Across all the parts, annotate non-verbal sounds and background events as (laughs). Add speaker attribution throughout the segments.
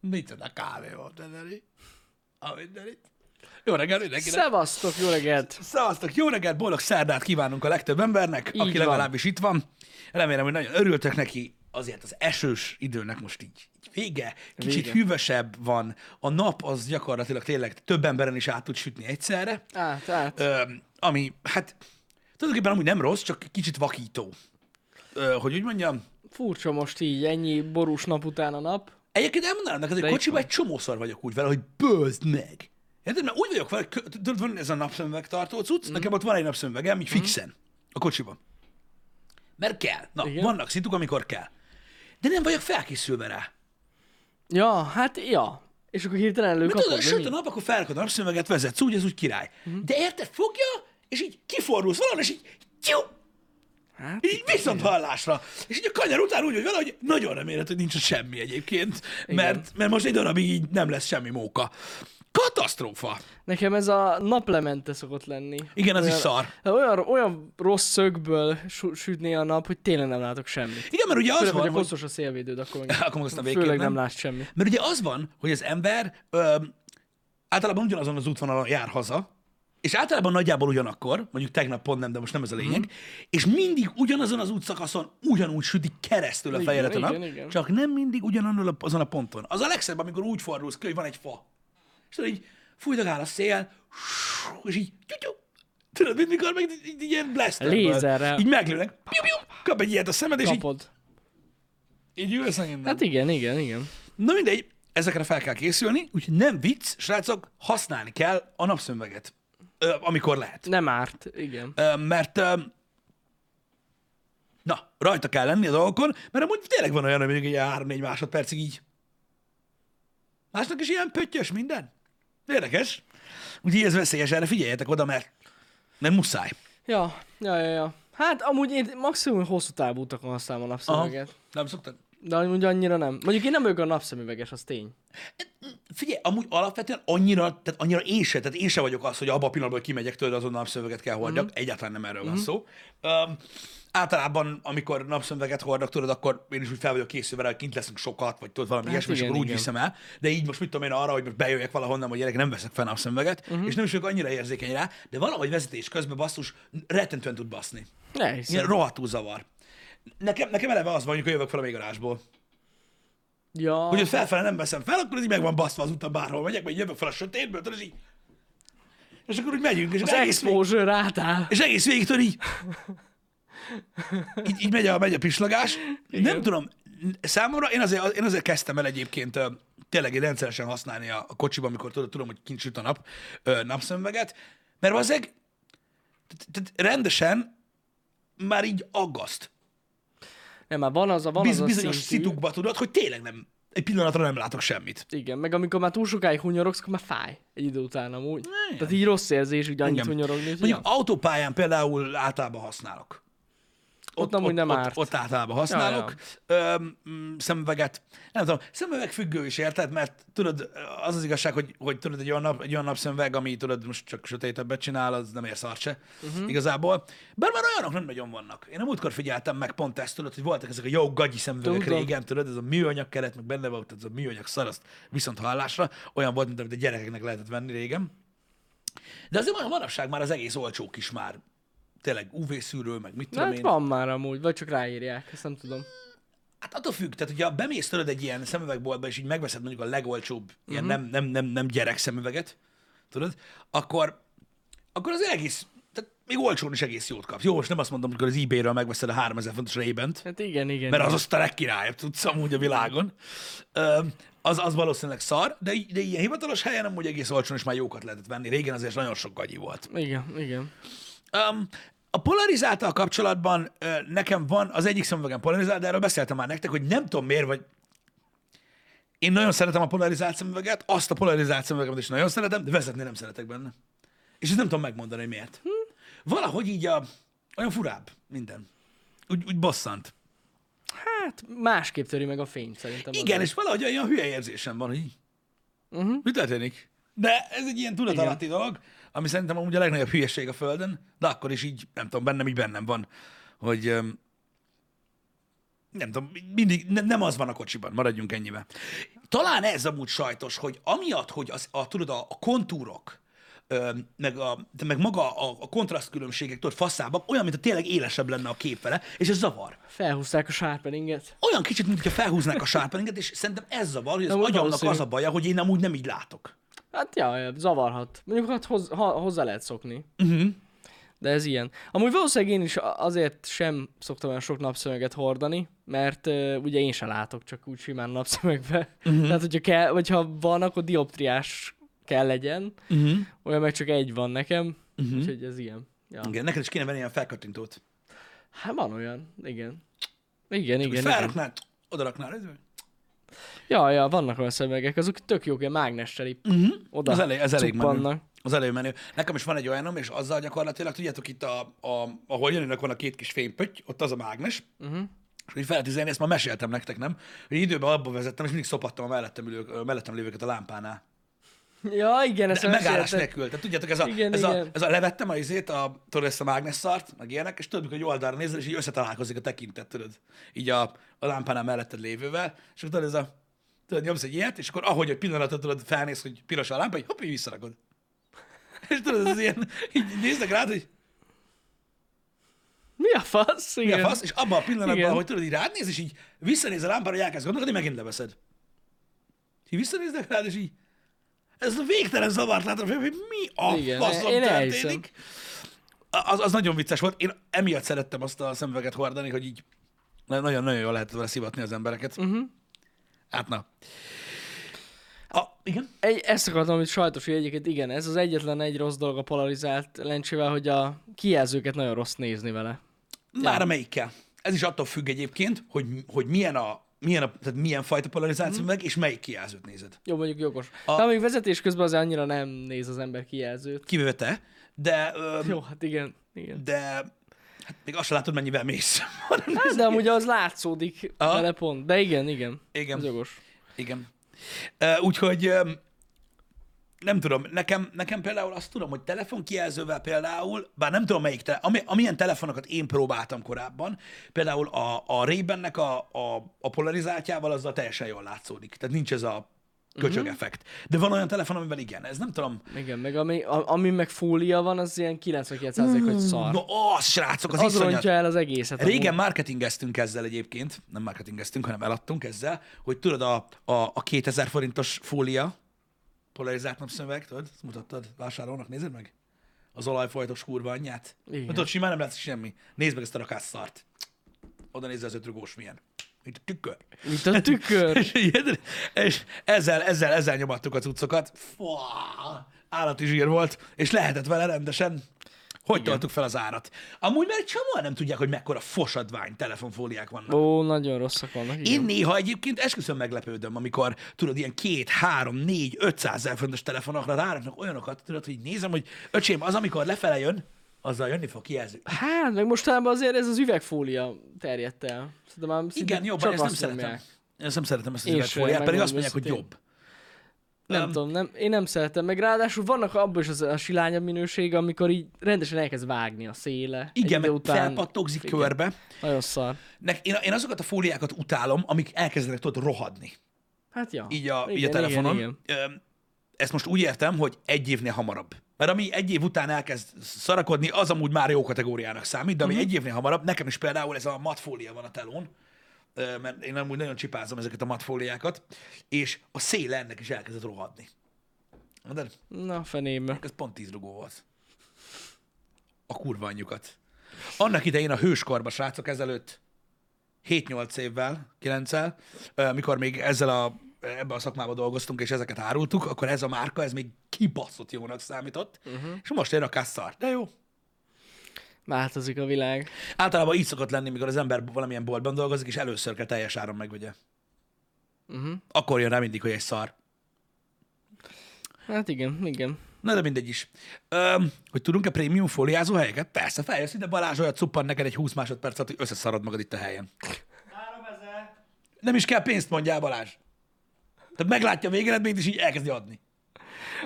Speaker 1: Micsoda kávé volt ez elég. A mindenit. Jó reggel mindenkinek.
Speaker 2: Szevasztok, jó reggelt!
Speaker 1: Szevasztok, jó reggelt, boldog szerdát kívánunk a legtöbb embernek, Így
Speaker 2: Így
Speaker 1: aki
Speaker 2: van.
Speaker 1: legalábbis itt van. Remélem, hogy nagyon örültök neki. Azért az esős időnek most így, így vége. Kicsit
Speaker 2: Vége.
Speaker 1: hűvösebb van. A nap az gyakorlatilag tényleg több emberen is át tud sütni egyszerre.
Speaker 2: Át, át.
Speaker 1: Ö, ami, hát tulajdonképpen amúgy nem rossz, csak kicsit vakító. Ö, hogy úgy mondjam,
Speaker 2: Furcsa most így, ennyi borús nap után a nap.
Speaker 1: Egyébként elmondanám neked, hogy
Speaker 2: itt
Speaker 1: kocsiban egy csomószor vagyok úgy vele, hogy bőzd meg. Érted? Mert úgy vagyok vele, kö- tudod, van ez a napszemüveg tartó
Speaker 2: Mhm.
Speaker 1: cucc, mm. nekem ott van egy napszemüvegem, így fixen. A kocsiban. Mert kell. Na, Igen.
Speaker 2: Igen.
Speaker 1: vannak szituk, amikor kell. De nem vagyok felkészülve rá.
Speaker 2: Ja, hát ja. És akkor hirtelen
Speaker 1: Mert
Speaker 2: előkapod.
Speaker 1: tudod,
Speaker 2: vagy
Speaker 1: sőt
Speaker 2: mi? Mhm.
Speaker 1: a nap, akkor felrakod a napszemüveget, vezetsz úgy, ez úgy király. De érted, fogja, és így kifordulsz valahol, és így, tyú,
Speaker 2: Hát,
Speaker 1: így viszont hallásra. És így a kanyar után úgy, hogy valahogy nagyon remélhető, hogy nincs ott semmi egyébként, mert, mert most egy darabig így nem lesz semmi móka. Katasztrófa.
Speaker 2: Nekem ez a naplemente szokott lenni.
Speaker 1: Igen, az is
Speaker 2: olyan,
Speaker 1: szar.
Speaker 2: Olyan, olyan rossz szögből su- sütné a nap, hogy tényleg nem látok semmit.
Speaker 1: Igen, mert ugye az
Speaker 2: Főleg,
Speaker 1: van,
Speaker 2: hogy
Speaker 1: hogy,
Speaker 2: hosszos a szélvédőd, akkor meg-
Speaker 1: szóval akkor meg aztán végképp
Speaker 2: főleg
Speaker 1: nem.
Speaker 2: nem látsz semmit.
Speaker 1: mert ugye az van, hogy az ember ö, általában ugyanazon az útvonalon jár haza, és általában nagyjából ugyanakkor, mondjuk tegnap pont nem, de most nem ez a lényeg,
Speaker 2: Mhm.
Speaker 1: és mindig ugyanazon az útszakaszon ugyanúgy sütik keresztül a
Speaker 2: Igen,
Speaker 1: fejedet a nap,
Speaker 2: igen, igen.
Speaker 1: csak nem mindig ugyanannól a- azon a ponton. Az a legszebb, amikor úgy fordulsz ki, hogy van egy fa. És tudod, így fújdagál a szél, és így tyutyú. Tudod, mint mikor meg így, így ilyen blasterből.
Speaker 2: Lézerrel.
Speaker 1: Így meglőnek, piu-piu, kap egy ilyet a szemed, és így,
Speaker 2: Kapod.
Speaker 1: így ülsz meg innen.
Speaker 2: Hát igen, igen, igen.
Speaker 1: Na mindegy, ezekre fel kell készülni, úgyhogy nem vicc, srácok, használni kell a napszemüveget, ö, amikor lehet.
Speaker 2: Nem árt, igen.
Speaker 1: Ö, mert ö, na, rajta kell lenni a dolgokon, mert amúgy tényleg van olyan, hogy mondjuk ilyen 3-4 másodpercig így. Másnak is ilyen pöttyös minden. Érdekes. Úgyhogy ez veszélyes, erre figyeljetek oda, mert, mert muszáj.
Speaker 2: Ja, ja, ja, ja. Hát amúgy én maximum hosszú távú utakon használom a napszemüveget.
Speaker 1: Nem szoktad?
Speaker 2: De amúgy annyira nem. Mondjuk én nem vagyok a napszemüveges, az tény.
Speaker 1: Figyelj, amúgy alapvetően annyira, tehát annyira én se, tehát én se vagyok az, hogy abban a pillanatban, hogy kimegyek tőled, azonnal napszöveget kell hordjak.
Speaker 2: Mhm.
Speaker 1: Mm. Egyáltalán nem erről van szó. Um, általában, amikor napszöveget hordok, tudod, akkor én is úgy fel vagyok készülve, rá, hogy kint leszünk sokat, vagy tudod, valami hát ilyesmi, és
Speaker 2: igen,
Speaker 1: akkor úgy
Speaker 2: igen.
Speaker 1: viszem el. De így most mit tudom én arra, hogy most bejöjjek valahonnan, hogy gyerek, nem veszek fel napszöveget,
Speaker 2: Mhm.
Speaker 1: és nem is vagyok annyira érzékeny rá, de valahogy vezetés közben basszus rettentően tud baszni.
Speaker 2: Ne
Speaker 1: Ilyen
Speaker 2: hiszem.
Speaker 1: rohadtul zavar. Nekem, nekem eleve az van, amikor jövök fel a mélygarázsból.
Speaker 2: Ja,
Speaker 1: Hogy ott felfele nem veszem fel, akkor ez így meg van baszva az úton, bárhol megyek, vagy jövök fel a sötétből, tudod, és így... És akkor úgy megyünk, és
Speaker 2: az
Speaker 1: egész vég-
Speaker 2: exposure átáll.
Speaker 1: és egész végig tudod így... Így, így megy, a, megy a pislagás. Nem tudom, számomra, én azért, én azért kezdtem el egyébként ö, tényleg így rendszeresen használni a, a kocsiban, amikor tudod, tudom, hogy kint süt a nap, ö, napszemüveget, mert azért tehát- tehát rendesen már így aggaszt.
Speaker 2: Nem, már van az a, van
Speaker 1: Biz,
Speaker 2: az a
Speaker 1: bizonyos
Speaker 2: szintű.
Speaker 1: szitukba tudod, hogy tényleg nem, egy pillanatra nem látok semmit.
Speaker 2: Igen, meg amikor már túl sokáig hunyorogsz, akkor már fáj egy idő után amúgy.
Speaker 1: Igen.
Speaker 2: Tehát így rossz érzés, hogy annyit
Speaker 1: Igen.
Speaker 2: hunyorogni. úgyhogy
Speaker 1: Mondjuk
Speaker 2: ja.
Speaker 1: autópályán például általában használok.
Speaker 2: Ott amúgy nem
Speaker 1: ott,
Speaker 2: árt.
Speaker 1: Ott, ott általában használok. Öm, mm, szemüveget, nem tudom, szemüveg függő is, érted? Mert tudod, az az igazság, hogy, hogy tudod, egy olyan, nap, egy olyan napszemüveg, ami tudod, most csak sötétebbet csinál, az nem ér szart se
Speaker 2: Mhm.
Speaker 1: uh-huh. igazából. Bár már olyanok nem nagyon vannak. Én a múltkor figyeltem meg pont ezt, tudod, hogy voltak ezek a jó gagyi szemüvegek
Speaker 2: Tudom.
Speaker 1: régen, tudod, ez a műanyag keret, meg benne volt ez a műanyag szar, azt viszont hallásra, olyan volt, mint amit a gyerekeknek lehetett venni régen. De azért ma- manapság már az egész olcsók is már. Tényleg UV-szűrő, meg mit
Speaker 2: Na,
Speaker 1: tudom
Speaker 2: hát
Speaker 1: én.
Speaker 2: van már amúgy, vagy csak ráírják, ezt nem tudom.
Speaker 1: Hát attól függ, tehát hogyha bemész tőled egy ilyen szemüvegboltba, és így megveszed mondjuk a legolcsóbb, ilyen
Speaker 2: Mhm.
Speaker 1: nem, nem, nem, nem gyerek szemüveget, tudod, akkor, akkor az egész, tehát még olcsón is egész jót kapsz. Jó, most nem azt mondom, hogy az eBay-ről megveszed a 3000 fontos ray
Speaker 2: Hát igen, igen.
Speaker 1: mert az azt a legkirályabb tudsz amúgy a világon. Ö, Az, az valószínűleg szar, de, í- de ilyen hivatalos helyen amúgy egész olcsón is már jókat lehetett venni. Régen azért nagyon sok gagyi volt.
Speaker 2: Igen, igen.
Speaker 1: Um, a polarizáltal kapcsolatban ö, nekem van, az egyik szemüvegem polarizált, de erről beszéltem már nektek, hogy nem tudom miért, vagy én nagyon szeretem a polarizált szemüveget, azt a polarizált szemüvegemet is nagyon szeretem, de vezetni nem szeretek benne. És ezt nem tudom megmondani, hogy miért. Valahogy így a, olyan furább minden. Úgy, úgy bosszant.
Speaker 2: Hát másképp töri meg a fényt szerintem. az
Speaker 1: Igen,
Speaker 2: a-
Speaker 1: és valahogy olyan hülye érzésem van, hogy így. Uh-huh. Mi történik? De ez egy ilyen tudatalatti dolog, ami szerintem amúgy a legnagyobb hülyeség a Földön, de akkor is így, nem tudom, bennem így bennem van, hogy öm, nem tudom, mindig ne- nem az van a kocsiban, maradjunk ennyibe. talán ez amúgy sajtos, hogy amiatt, hogy az, a, tudod, a, a kontúrok, ö, meg, a, de meg maga a, a kontraszt különbségek, tudod, faszában, olyan, mintha tényleg élesebb lenne a kép vele, és ez zavar.
Speaker 2: Felhúzták a sárpeninget.
Speaker 1: Olyan kicsit, mintha felhúznák a sárpeninget, és szerintem ez zavar, hogy az
Speaker 2: úgy
Speaker 1: agyamnak
Speaker 2: valószínű.
Speaker 1: az a baja, hogy én amúgy nem így látok.
Speaker 2: Hát ja, ja, zavarhat. Mondjuk hát hoz, ha, hozzá lehet szokni. Uh-huh.
Speaker 1: Mhm.
Speaker 2: De ez ilyen. Amúgy valószínűleg én is a- azért sem szoktam olyan sok napszöveget hordani, mert uh, ugye én se látok csak úgy simán napszövegbe.
Speaker 1: Mhm.
Speaker 2: Uh-huh. Tehát, hogyha kell, vagy ha van, akkor dioptriás kell legyen.
Speaker 1: Uh-huh.
Speaker 2: Olyan meg csak egy van nekem,
Speaker 1: Mhm.
Speaker 2: uh-huh. úgyhogy ez ilyen. Ja.
Speaker 1: Igen, neked is kéne venni ilyen felkattintót.
Speaker 2: Hát van olyan, igen. Igen,
Speaker 1: Igen,
Speaker 2: igen, igen.
Speaker 1: Felraknád, odaraknál. ez-
Speaker 2: Ja, ja, vannak olyan szemüvegek, azok tök jók, ilyen mágnessel így
Speaker 1: Mhm.
Speaker 2: oda
Speaker 1: Az elég, az elég menő.
Speaker 2: cuppannak.
Speaker 1: Az elég menő. Nekem is van egy olyanom, és azzal gyakorlatilag, tudjátok itt, a, a, ahol jönnek van a két kis fénypötty, ott az a mágnes,
Speaker 2: Mhm.
Speaker 1: uh-huh. és hogy feltüzelni, ezt már meséltem nektek, nem? Hogy időben abba vezettem, és mindig szopattam a mellettem, ülők, ö, mellettem lévőket a lámpánál.
Speaker 2: Ja, igen, ezt
Speaker 1: De megállás
Speaker 2: mesélted.
Speaker 1: nélkül. Tehát tudjátok, ez a,
Speaker 2: Igen,
Speaker 1: ez, a,
Speaker 2: igen.
Speaker 1: ez a levettem a izét, a, tudod, ezt a mágnes szart, meg ilyenek, és tudod, mikor egy oldalra nézel, és így összetalálkozik a tekintet, tudod, így a, a lámpánál melletted lévővel, és akkor tudod, ez a, tudod, nyomsz egy ilyet, és akkor ahogy egy pillanatot tudod, felnéz, hogy piros a lámpa, így hopp, így visszaragod. (laughs) És tudod, ez ilyen, így néznek rád, hogy
Speaker 2: Mi a fasz?
Speaker 1: mi
Speaker 2: Igen.
Speaker 1: a fasz, és abban a pillanatban,
Speaker 2: Igen.
Speaker 1: hogy tudod, így rád néz, és így visszanéz a lámpára, hogy elkezd gondolkodni, megint leveszed. Így visszanéznek rád, és így, ez a végtelen zavart látom, hogy mi a
Speaker 2: Igen,
Speaker 1: faszom
Speaker 2: én elhiszem.
Speaker 1: történik. Az, az nagyon vicces volt. Én emiatt szerettem azt a szemüveget hordani, hogy így na- nagyon-nagyon jól lehetett vele szivatni az embereket.
Speaker 2: Mhm.
Speaker 1: Uh-huh. Hát na. A, igen?
Speaker 2: Egy, ezt akartam, hogy sajtos, hogy egyébként igen, ez az egyetlen egy rossz dolog a polarizált lencsével, hogy a kijelzőket nagyon rossz nézni vele.
Speaker 1: Már amelyikkel. Ez is attól függ egyébként, hogy, hogy milyen a milyen, a, tehát milyen fajta
Speaker 2: Mhm.
Speaker 1: polarizáció meg, és melyik kijelzőt nézed.
Speaker 2: Jó, mondjuk jogos. A... De amíg vezetés közben azért annyira nem néz az ember kijelzőt. (laughs)
Speaker 1: Kivéve te, de ö,
Speaker 2: Jó, hát igen, igen.
Speaker 1: de hát még azt sem látod, mennyivel mész. (laughs) Hanem-
Speaker 2: Hát, de amúgy az látszódik
Speaker 1: Aha.
Speaker 2: Aha. vele pont. De igen, igen.
Speaker 1: Igen.
Speaker 2: Ez jogos.
Speaker 1: Igen. Ö, Úgyhogy ö, nem tudom, nekem, nekem például azt tudom, hogy telefonkijelzővel például, bár nem tudom melyik, tele, ami, amilyen telefonokat én próbáltam korábban, például a, a Ray-Bennek a, a, a polarizáltjával azzal teljesen jól látszódik. Tehát nincs ez a köcsög
Speaker 2: Mhm.
Speaker 1: uh-huh. effekt. De van olyan telefon, amivel igen, ez nem tudom.
Speaker 2: Igen, meg ami, a, ami meg fólia van, az ilyen 99 hogy szar.
Speaker 1: Na, az, srácok, az,
Speaker 2: Mm. az
Speaker 1: iszonyat.
Speaker 2: rontja el az egészet.
Speaker 1: Régen marketingeztünk ezzel egyébként, nem marketingeztünk, hanem eladtunk ezzel, hogy tudod, a, a, a 2000 forintos fólia, polarizált napszöveg, tudod, ezt mutattad vásárolnak, nézed meg? Az olajfolytos kurva anyját.
Speaker 2: Igen.
Speaker 1: Hát Tudod, simán nem látszik semmi. Nézd meg ezt a rakás szart. Oda nézze az ötrugós milyen. Mint a tükör.
Speaker 2: amúgy. Mit a tükör?
Speaker 1: És, ilyen- és ezzel, ezzel, ezzel nyomattuk a cuccokat. Fá, állati zsír volt, és lehetett vele rendesen. Hogy toltuk fel az árat? Amúgy már egy csomóan nem tudják, hogy mekkora fosadvány telefonfóliák vannak.
Speaker 2: Ó, nagyon rosszak vannak. Igen.
Speaker 1: Én néha egyébként esküszöm meglepődöm, amikor tudod, ilyen két, három, négy, ötszázezer forintos telefonokra ráraknak olyanokat, tudod, hogy így nézem, hogy öcsém, az amikor lefele jön, azzal jönni fog kijelző.
Speaker 2: Hát, meg mostanában azért ez az üvegfólia terjedt el. Szerintem már szinte
Speaker 1: Igen, jobban, ezt nem
Speaker 2: azt
Speaker 1: szeretem.
Speaker 2: nyomják.
Speaker 1: Ezt nem szeretem ezt az
Speaker 2: Én se,
Speaker 1: üvegfóliát, pedig
Speaker 2: megmondom
Speaker 1: azt mondják, hogy
Speaker 2: őszintén.
Speaker 1: jobb.
Speaker 2: Nem
Speaker 1: Nem.
Speaker 2: tudom, nem, én nem szeretem. Meg ráadásul vannak abban is az a silányabb minőség, amikor így rendesen elkezd vágni a széle. Egy
Speaker 1: Igen,
Speaker 2: idő
Speaker 1: meg
Speaker 2: után
Speaker 1: felpattogzik körbe.
Speaker 2: Nagyon szar.
Speaker 1: Nek, én, én azokat a fóliákat utálom, amik elkezdenek tudod rohadni.
Speaker 2: Hát ja.
Speaker 1: Így a,
Speaker 2: igen,
Speaker 1: így a telefonon.
Speaker 2: Igen,
Speaker 1: Öm, Ezt most úgy értem, hogy egy évnél hamarabb. Mert ami egy év után elkezd szarakodni, az amúgy már jó kategóriának számít, de
Speaker 2: Mhm.
Speaker 1: ami egy évnél hamarabb, nekem is például ez a matfólia van a telón, ö, mert én amúgy nagyon csipázom ezeket a matfóliákat, és a széle ennek is elkezdett rohadni. De
Speaker 2: igen. Na, fenébe.
Speaker 1: ez pont tíz rugó volt. A kurva anyjukat. Annak idején a hőskorba, srácok, ezelőtt 7-8 évvel, 9 el mikor még ezzel a, ebbe a szakmába dolgoztunk, és ezeket árultuk, akkor ez a márka, ez még kibaszott jónak számított, uh-huh. és most ér a kasszar. De jó.
Speaker 2: Változik a világ.
Speaker 1: Általában így szokott lenni, mikor az ember valamilyen boltban dolgozik, és először kell teljes áron megvegye.
Speaker 2: Uh-huh.
Speaker 1: Akkor jön rá mindig, hogy egy szar.
Speaker 2: Hát igen, igen.
Speaker 1: Na de mindegy is. Öm, hogy tudunk-e prémium fóliázó helyeket? Persze, feljössz ide, Balázs olyat cuppan neked egy 20 másodperc alatt, hogy összeszarod magad itt a helyen.
Speaker 3: 3000.
Speaker 1: Nem is kell pénzt mondjál, Balázs. Tehát meglátja a végeredményt, és így elkezdi adni.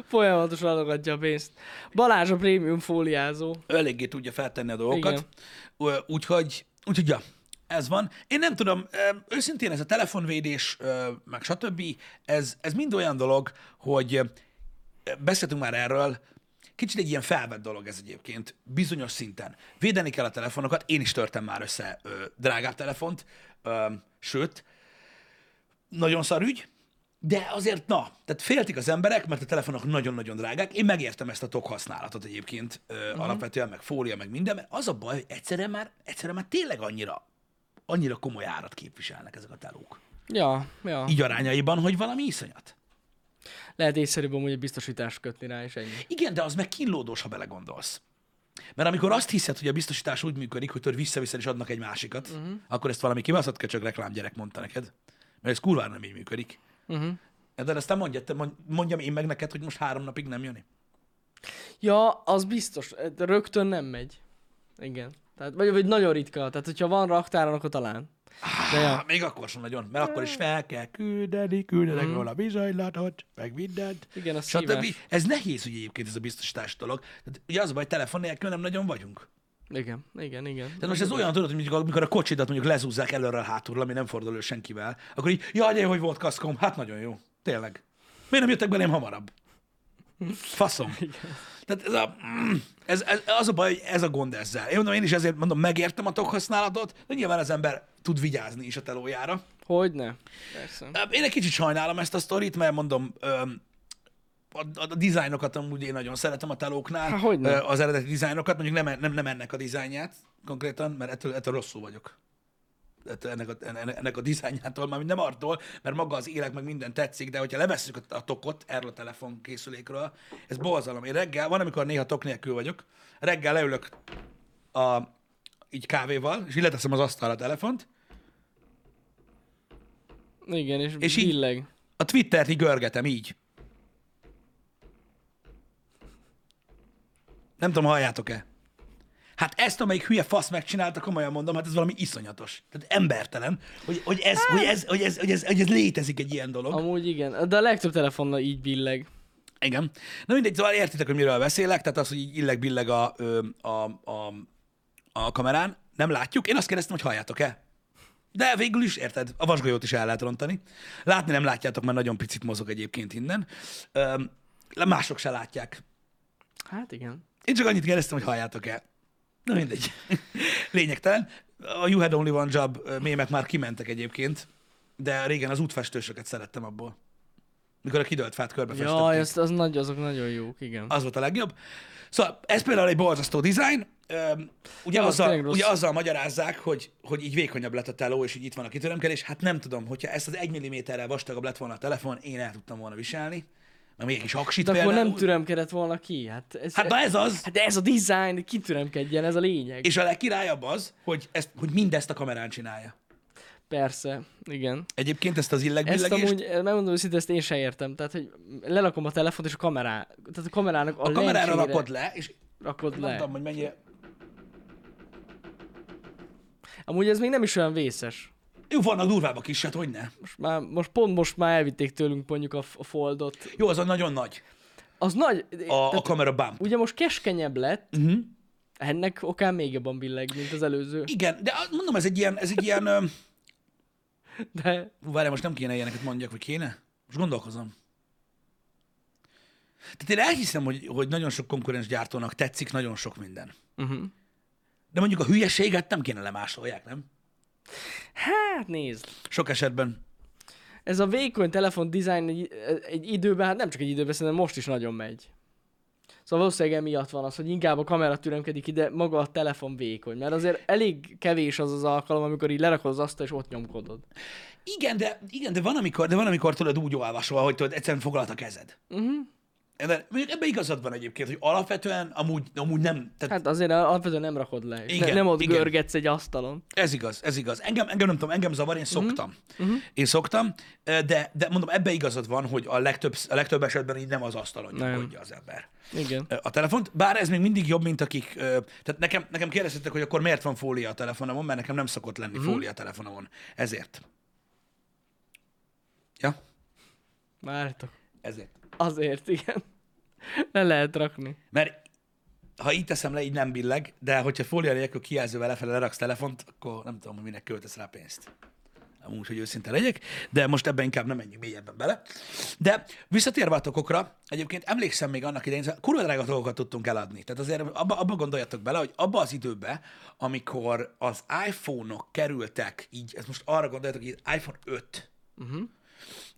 Speaker 2: Folyamatosan adogatja a pénzt. Balázs a prémium fóliázó.
Speaker 1: Ő eléggé tudja feltenni a dolgokat.
Speaker 2: Igen.
Speaker 1: Ö, Úgyhogy, úgyhogy ja. Ez van. Én nem tudom, ö, őszintén ez a telefonvédés, ö, meg stb., ez, ez mind olyan dolog, hogy ö, beszéltünk már erről, kicsit egy ilyen felvett dolog ez egyébként, bizonyos szinten. Védeni kell a telefonokat, én is törtem már össze ö, drágább telefont, ö, sőt, nagyon szar ügy, de azért na, tehát féltik az emberek, mert a telefonok nagyon-nagyon drágák. Én megértem ezt a tok használatot egyébként ö, uh-huh. alapvetően, meg fólia, meg minden, mert az a baj, hogy egyszerűen már, egyszerűen már tényleg annyira, annyira komoly árat képviselnek ezek a telók.
Speaker 2: Ja, ja.
Speaker 1: Így arányaiban, hogy valami iszonyat.
Speaker 2: Lehet észszerűbb amúgy egy biztosítást kötni rá, és ennyi.
Speaker 1: Igen, de az meg kínlódós, ha belegondolsz. Mert amikor azt hiszed, hogy a biztosítás úgy működik, hogy tudod, visszaviszel és adnak egy másikat, uh-huh. akkor ezt valami kibaszott köcsög reklámgyerek mondta neked. Mert ez kurvára nem így működik.
Speaker 2: Uh-huh.
Speaker 1: De aztán mondja, te mond- mondjam én meg neked, hogy most három napig nem jön.
Speaker 2: Ja, az biztos. E, De Rögtön nem megy. Igen. Tehát, vagy, vagy nagyon ritka. Tehát, hogyha van raktáron, akkor talán.
Speaker 1: De ja. Ah, Még akkor sem nagyon, mert akkor is fel kell küldeni, küldenek mm. róla bizonylatot, meg mindent.
Speaker 2: Igen, az
Speaker 1: Stb.
Speaker 2: szíves.
Speaker 1: Ez nehéz ugye egyébként ez a biztosítás dolog. Tehát, ugye az a baj, telefon nélkül nem nagyon vagyunk.
Speaker 2: Igen, igen, igen.
Speaker 1: Tehát most ez olyan tudod, hogy mondjuk, amikor a kocsidat mondjuk lezúzzák előre hátulra, ami nem fordul elő senkivel, akkor így, jaj, de jó, hogy volt kaszkom, hát nagyon jó. Tényleg. Miért nem jöttek belém hamarabb? Faszom. Tehát ez a, mm, ez, ez, az a baj, hogy ez a gond ezzel. Én mondom, én is ezért mondom, megértem a tokhasználatot, de nyilván az ember tud vigyázni is a telójára.
Speaker 2: Hogyne. Persze.
Speaker 1: Ö, Hát Én egy kicsit sajnálom ezt a sztorit, mert mondom, öm, a, a, a dizájnokat amúgy én nagyon szeretem a telóknál.
Speaker 2: Há, hogyne.
Speaker 1: Ö, Az eredeti dizájnokat, mondjuk nem, nem, nem ennek a dizájnját konkrétan, mert ettől, ettől rosszul vagyok. Tehát ennek a, enne- ennek a dizájnjától, már nem attól, mert maga az élek meg minden tetszik, de hogyha levesszük a, a tokot erről a telefonkészülékről, ez borzalom. Én reggel, van, amikor néha tok nélkül vagyok, reggel leülök a, így kávéval, és így leteszem az asztalra a telefont,
Speaker 2: Igen, és,
Speaker 1: És
Speaker 2: és
Speaker 1: így-
Speaker 2: billeg.
Speaker 1: a Twittert így görgetem, így. Nem tudom, halljátok-e. Hát ezt, amelyik hülye fasz megcsinálta, komolyan mondom, hát ez valami iszonyatos. Tehát embertelen, hogy, hogy, ez, hogy, ez, hogy, ez, hogy, ez, hogy ez létezik egy ilyen dolog.
Speaker 2: Amúgy igen. De a legtöbb telefonnal így billeg.
Speaker 1: Igen. Na mindegy, szóval értitek, hogy miről beszélek, tehát az, hogy így illeg-billeg a, ö, a, a, a kamerán, nem látjuk. Én azt kérdeztem, hogy halljátok-e. De végül is, érted, a vasgolyót is el lehet rontani. Látni nem látjátok, mert nagyon picit mozog egyébként innen. Öm, le- mások se látják.
Speaker 2: Hát igen.
Speaker 1: Én csak annyit kérdeztem, hogy halljátok-e. Na mindegy. (laughs) Lényegtelen. A You Had Only One Job ö, mémek már kimentek egyébként, de régen az útfestősöket szerettem abból. Mikor a kidőlt fát körbefestették.
Speaker 2: Jaj, az, az nagy, azok nagyon jók, igen. Hát
Speaker 1: Az volt a legjobb. Szóval ez például egy borzasztó design. Öm, Ugye,
Speaker 2: Nem, az
Speaker 1: azzal,
Speaker 2: tényleg rossz.
Speaker 1: ugye azzal magyarázzák, hogy, hogy így vékonyabb lett a teló, és így itt van a kitörömkelés. Hát nem tudom, hogyha ezt az egy milliméterrel vastagabb lett volna a telefon, én el tudtam volna viselni. Mert még egy kis haksit
Speaker 2: De akkor
Speaker 1: például.
Speaker 2: nem türemkedett volna ki. Hát ez,
Speaker 1: Hát na ez az.
Speaker 2: hát de ez a design, ki türemkedjen, ez a lényeg.
Speaker 1: És a legkirályabb az, hogy, ezt, hogy mindezt a kamerán csinálja.
Speaker 2: Persze, igen.
Speaker 1: Egyébként ezt az
Speaker 2: Ezt
Speaker 1: illegbillegést
Speaker 2: amúgy, eh, megmondom őszintén, ezt én sem értem. Tehát, hogy lelakom a telefont, és a kamerá, tehát a kamerának a,
Speaker 1: a kamerára
Speaker 2: lencsére
Speaker 1: rakod le, és
Speaker 2: rakod
Speaker 1: nem
Speaker 2: le.
Speaker 1: tudom, hogy mennyire...
Speaker 2: Amúgy ez még nem is olyan vészes.
Speaker 1: Jó, vannak durvábbak is, hát hogy ne.
Speaker 2: Most, már, most pont most már elvitték tőlünk mondjuk a, f- a foldot.
Speaker 1: Jó, az a nagyon nagy,
Speaker 2: Az nagy,
Speaker 1: a, a kamera bump.
Speaker 2: ugye most keskenyebb lett,
Speaker 1: Uh-huh.
Speaker 2: ennek okán még jobban billeg, mint az előző.
Speaker 1: Igen, de azt mondom, ez egy ilyen, ez egy ilyen öm,
Speaker 2: De
Speaker 1: Hú, várjál, most nem kéne ilyeneket mondjak, vagy kéne? Most gondolkozom. Tehát én elhiszem, hogy, hogy nagyon sok konkurens gyártónak tetszik nagyon sok minden.
Speaker 2: uh-huh.
Speaker 1: De mondjuk a hülyeséget nem kéne lemásolják, nem?
Speaker 2: hát nézd,
Speaker 1: Sok esetben.
Speaker 2: ez a vékony telefon design egy, egy időben, hát nem csak egy időben, szerintem most is nagyon megy. Szóval valószínűleg emiatt van az, hogy inkább a kamera türemkedik ide, maga a telefon vékony, mert azért elég kevés az az alkalom, amikor így lerakod az asztal és ott nyomkodod.
Speaker 1: Igen, de, igen, de van, amikor, de van, amikor tudod úgy olvasol, hogy tudod, egyszerűen foglalt a kezed. Uh-huh. De mondjuk ebben igazad van egyébként, hogy alapvetően amúgy, amúgy nem, tehát
Speaker 2: Hát azért alapvetően nem rakod le, és
Speaker 1: Igen,
Speaker 2: ne, nem ott
Speaker 1: igen.
Speaker 2: görgetsz egy asztalon.
Speaker 1: Ez igaz, ez igaz. Engem, engem nem tudom, engem zavar, én szoktam. Uh-huh. Én szoktam, eh, de, de mondom, ebbe igazad van, hogy a legtöbb, a legtöbb esetben így nem az asztalon
Speaker 2: Nem.
Speaker 1: nyomkodja az ember
Speaker 2: Igen.
Speaker 1: ö, a telefont, bár ez még mindig jobb, mint akik, ö, tehát nekem, nekem kérdeztetek, hogy akkor miért van fólia a telefonomon, mert nekem nem szokott lenni uh-huh. fólia a telefonomon. Ezért. Ja,
Speaker 2: Várjátok.
Speaker 1: ezért.
Speaker 2: Azért, igen. Le lehet rakni.
Speaker 1: Mert ha így teszem le, így nem billeg, de hogyha fólia nélkül kijelzővel lefele leraksz telefont, akkor nem tudom, hogy minek költesz rá pénzt. Amúgy, hogy őszinte legyek, de most ebben inkább nem menjünk mélyebben bele. De visszatérve a tokokra, egyébként emlékszem még annak idején, szóval kurva drága dolgokat tudtunk eladni. Tehát azért abba, abba gondoljatok bele, hogy abba az időbe, amikor az iPhone-ok kerültek, így, ez most arra gondoljatok, hogy iPhone 5,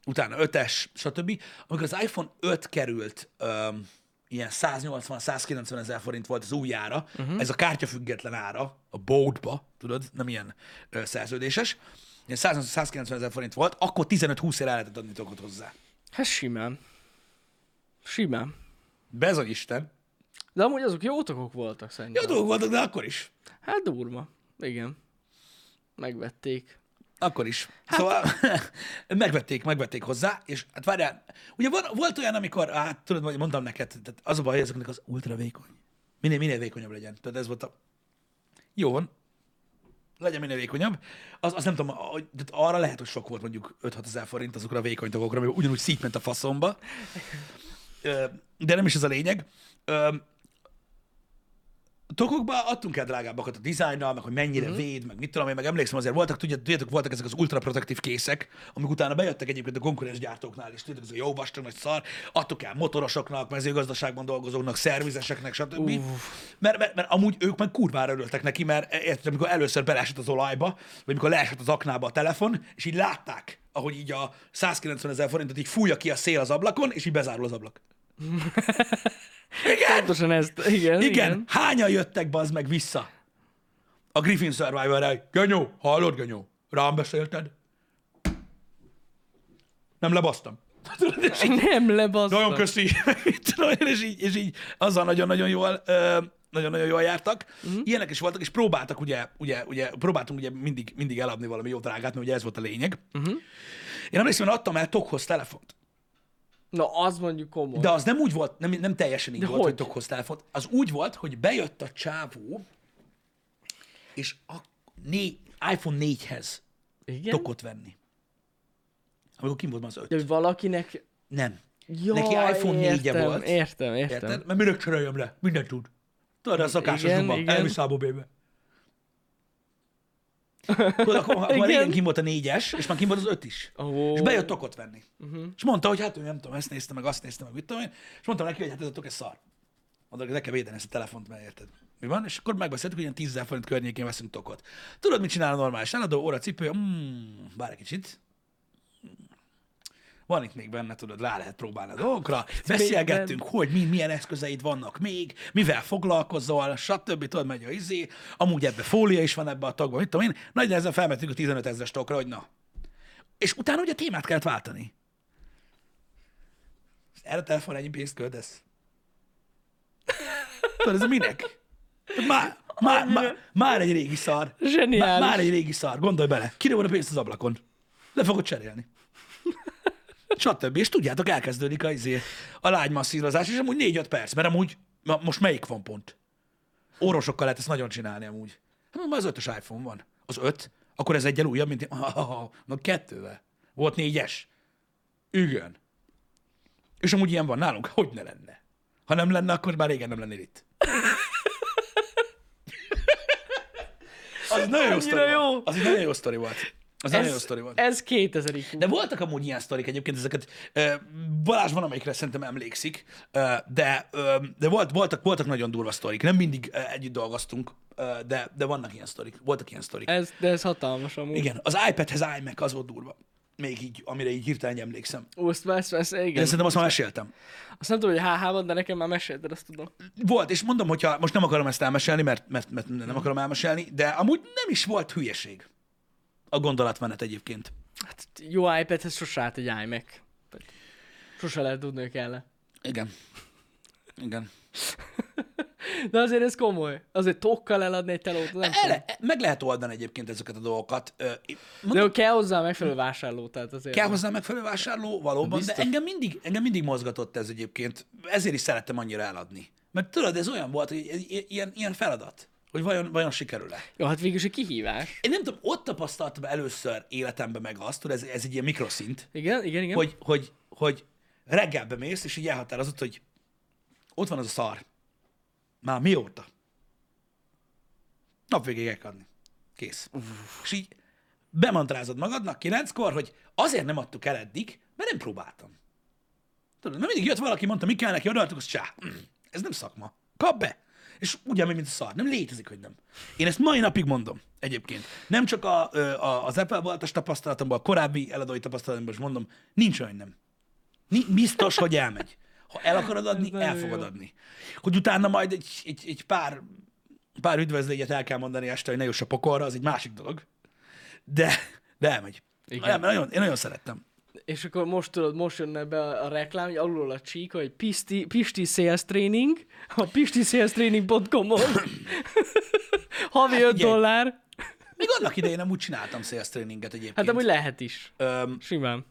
Speaker 1: utána 5-es, stb. Amikor az iPhone 5 került, öm, ilyen 180-190 ezer forint volt az új ára, uh-huh. ez a kártyafüggetlen ára, a boldba, tudod, nem ilyen ö, szerződéses, ilyen 180-190 ezer forint volt, akkor 15-20 ér el lehetett adni dolgot hozzá.
Speaker 2: Hát simán. Simán.
Speaker 1: Bezony Isten.
Speaker 2: De amúgy azok jó tokok voltak szerintem.
Speaker 1: Jó dolgok voltak, de akkor is.
Speaker 2: Hát durva. Igen. Megvették.
Speaker 1: Akkor is. Hát... Szóval (laughs) megvették, megvették hozzá, és hát várjál, ugye van, volt olyan, amikor, hát tudod, majd mondtam neked, tehát az a baj, hogy ezeknek az ultra vékony. Minél, minél vékonyabb legyen. Tehát ez volt a... Jó van. Legyen minél vékonyabb. Az, az nem tudom, hogy- tehát arra lehet, hogy sok volt mondjuk 5-6 ezer forint azokra a vékony tagokra, mert ugyanúgy szétment a faszomba. Ö, De nem is ez a lényeg. Ö, tokokba adtunk el drágábbakat a dizájnnal, meg hogy mennyire mm-hmm. véd, meg mit tudom én, meg emlékszem azért voltak, tudja- tudjátok, voltak ezek az ultraprotektív készek, amik utána bejöttek egyébként a konkurens gyártóknál is, tudjátok, ez a jó vastag, nagy szar, adtuk el motorosoknak, mezőgazdaságban dolgozóknak, szervizeseknek, stb. Mert, mert, mert, amúgy ők meg kurvára örültek neki, mert e, érted, amikor először beleesett az olajba, vagy amikor leesett az aknába a telefon, és így látták, ahogy így a 190 ezer forintot így fújja ki a szél az ablakon, és így bezárul az ablak. Igen!
Speaker 2: Pontosan ezt, igen,
Speaker 1: Igen,
Speaker 2: igen.
Speaker 1: igen. hányan jöttek bazd meg vissza? A Griffin survivor -re. Genyó, hallod, Genyó? Rám beszélted? Nem lebasztam. Tudod, és így,
Speaker 2: Nem
Speaker 1: nagyon
Speaker 2: lebasztak.
Speaker 1: köszi. (laughs) Mit tudom én, és, így, és így azzal nagyon-nagyon jól ö, nagyon-nagyon jól jártak.
Speaker 2: Mhm.
Speaker 1: Uh-huh. Ilyenek is voltak, és próbáltak ugye, ugye, ugye próbáltunk ugye mindig, mindig eladni valami jó drágát, mert ugye ez volt a lényeg.
Speaker 2: Mhm.
Speaker 1: Uh-huh. Én emlékszem, hogy adtam el Tokhoz telefont.
Speaker 2: Na, az mondjuk komoly.
Speaker 1: De az nem úgy volt, nem, nem teljesen így De volt, hogy,
Speaker 2: hogy?
Speaker 1: hogy tokhoz telefont. Az úgy volt, hogy bejött a csávó, és a né, iPhone 4-hez
Speaker 2: igen?
Speaker 1: tokot venni. Amikor kim volt már az öt.
Speaker 2: De hogy valakinek...
Speaker 1: Nem.
Speaker 2: Ja,
Speaker 1: Neki iPhone 4-je
Speaker 2: értem,
Speaker 1: volt.
Speaker 2: Értem, értem.
Speaker 1: Érted? Mert minek cseréljön le? Mindent tud. Tudod, a szakásos
Speaker 2: Igen,
Speaker 1: duma.
Speaker 2: igen.
Speaker 1: Elvisz Ábó bébe. Tudod, akkor, akkor már
Speaker 2: (laughs) Igen.
Speaker 1: régen kim volt a négyes, és már kim volt az öt is.
Speaker 2: Ó. Mhm.
Speaker 1: És bejött okot venni. Uh-huh. És mondta, hogy hát ő nem tudom, ezt nézte meg, azt nézte meg, mit tudom én. És mondtam neki, hogy hát ez a tok, ez szar. Mondom, hogy le kell védeni ezt a telefont, mert érted. Mi van? És akkor megbeszéltük, hogy ilyen 10 000 forint környékén veszünk tokot. Tudod, mit csinál a normális eladó? Óra, cipő, mm, várj egy kicsit. Van itt még benne, tudod, rá lehet próbálni a dolgokra. Beszélgettünk, hogy mi, milyen eszközeid vannak még, mivel foglalkozol, stb. Tudod, megy a izé. Amúgy ebbe fólia is van ebbe a tagban, mit tudom én. Nagy nehezen felmentünk a 15 ezeres tokra, hogy na, és utána ugye témát kellett váltani. És Erre a telefon ennyi pénzt költesz. Tudod, ez a minek? Már, már, már, már egy régi szar. Már,
Speaker 2: Zseniális.
Speaker 1: már egy régi szar. Gondolj bele. Kire van a pénzt az ablakon? Le fogod cserélni. Stb. És tudjátok, elkezdődik a, izé, a lágymasszírozás, és amúgy 4-5 perc, mert amúgy ma, most melyik van pont? Orvosokkal lehet ezt nagyon csinálni amúgy. Hát már az ötös iPhone van. Az öt? Akkor ez egyel újabb, mint... (laughs) Na kettővel. Volt négyes. Igen. És amúgy ilyen van nálunk, hogy ne lenne. Ha nem lenne, akkor már régen nem lennél itt. Az nagyon jó,
Speaker 2: Annyira
Speaker 1: sztori
Speaker 2: jó.
Speaker 1: Volt. Az egy nagyon jó sztori volt. Az nagyon jó
Speaker 2: Ez,
Speaker 1: sztori volt.
Speaker 2: ez 2000 IQ.
Speaker 1: De voltak amúgy ilyen sztorik egyébként, ezeket ö, Balázs van, amelyikre szerintem emlékszik, ö, de, ö, de volt, voltak, voltak nagyon durva sztorik. Nem mindig ö, együtt dolgoztunk, ö, de, de vannak ilyen sztorik. Voltak ilyen sztorik.
Speaker 2: Ez, de ez hatalmas amúgy.
Speaker 1: Igen, az iPadhez iMac az volt durva. Még így, amire így hirtelen így emlékszem.
Speaker 2: Ó, ezt, ezt, ezt,
Speaker 1: De
Speaker 2: igen.
Speaker 1: szerintem azt már meséltem.
Speaker 2: Azt nem tudom, hogy HH-ban, de nekem már mesélted, azt tudom.
Speaker 1: Volt, és mondom, hogyha most nem akarom ezt elmesélni, mert, mert, mert nem akarom elmesélni, de amúgy nem is volt hülyeség a gondolatmenet egyébként.
Speaker 2: Hát jó iPadhez sose állt egy iMac. Tehát Sose lehet tudni, hogy kell -e.
Speaker 1: Igen. Igen.
Speaker 2: De azért ez komoly. Azért tokkal eladni egy telót, nem tudom.
Speaker 1: Ele, meg lehet oldani egyébként ezeket a dolgokat. Ö,
Speaker 2: De hogy kell hozzá a megfelelő vásárló, tehát azért.
Speaker 1: Kell hozzá megfelelő vásárló, valóban, Biztos. de engem mindig, engem mindig mozgatott ez egyébként. Ezért is szerettem annyira eladni. Mert tudod, ez olyan volt, hogy i- i- ilyen, ilyen feladat, hogy vajon, vajon sikerül-e.
Speaker 2: Jó, hát végül is egy kihívás.
Speaker 1: Én nem tudom, ott tapasztaltam először életemben meg azt, tudod, ez, ez egy ilyen mikroszint,
Speaker 2: Igen, igen, igen.
Speaker 1: hogy, hogy, hogy reggel bemész, és így elhatározott, hogy ott van az a szar. Már mióta? Nap végéig kell adni. Kész. Uff. És így bemantrázod magadnak kilenckor, hogy azért nem adtuk el eddig, mert nem próbáltam. Tudod, mert mindig jött valaki, mondta, mi kell neki, odaadtuk, azt csá. Mm, Ez nem szakma. Kap be! És ugyanúgy, mint a szar. Nem létezik, hogy nem. Én ezt mai napig mondom egyébként. Nem csak a, ö, a, az Apple baltas tapasztalatomból, a korábbi eladói tapasztalatomból is mondom, nincs olyan nem. Ni- Biztos, hogy elmegy. Ha el akarod adni,
Speaker 2: nagyon
Speaker 1: el fogod
Speaker 2: jó.
Speaker 1: adni. Hogy utána majd egy, egy, egy pár, pár üdvözlégyet el kell mondani este, hogy ne juss a pokolra, az egy másik dolog. De, de elmegy.
Speaker 2: Igen.
Speaker 1: Igen. Nagyon, én nagyon szerettem.
Speaker 2: És akkor most tudod, most jönne be a, a reklám, hogy alulról a csík, hogy Pisti, Pisti Sales Training, a
Speaker 1: (laughs)
Speaker 2: pistisalestraining.com-on havi 5
Speaker 1: figyelj.
Speaker 2: dollár.
Speaker 1: Még annak idején nem úgy csináltam sales tréninget egyébként.
Speaker 2: Hát amúgy lehet is.
Speaker 1: Öm,
Speaker 2: Simán.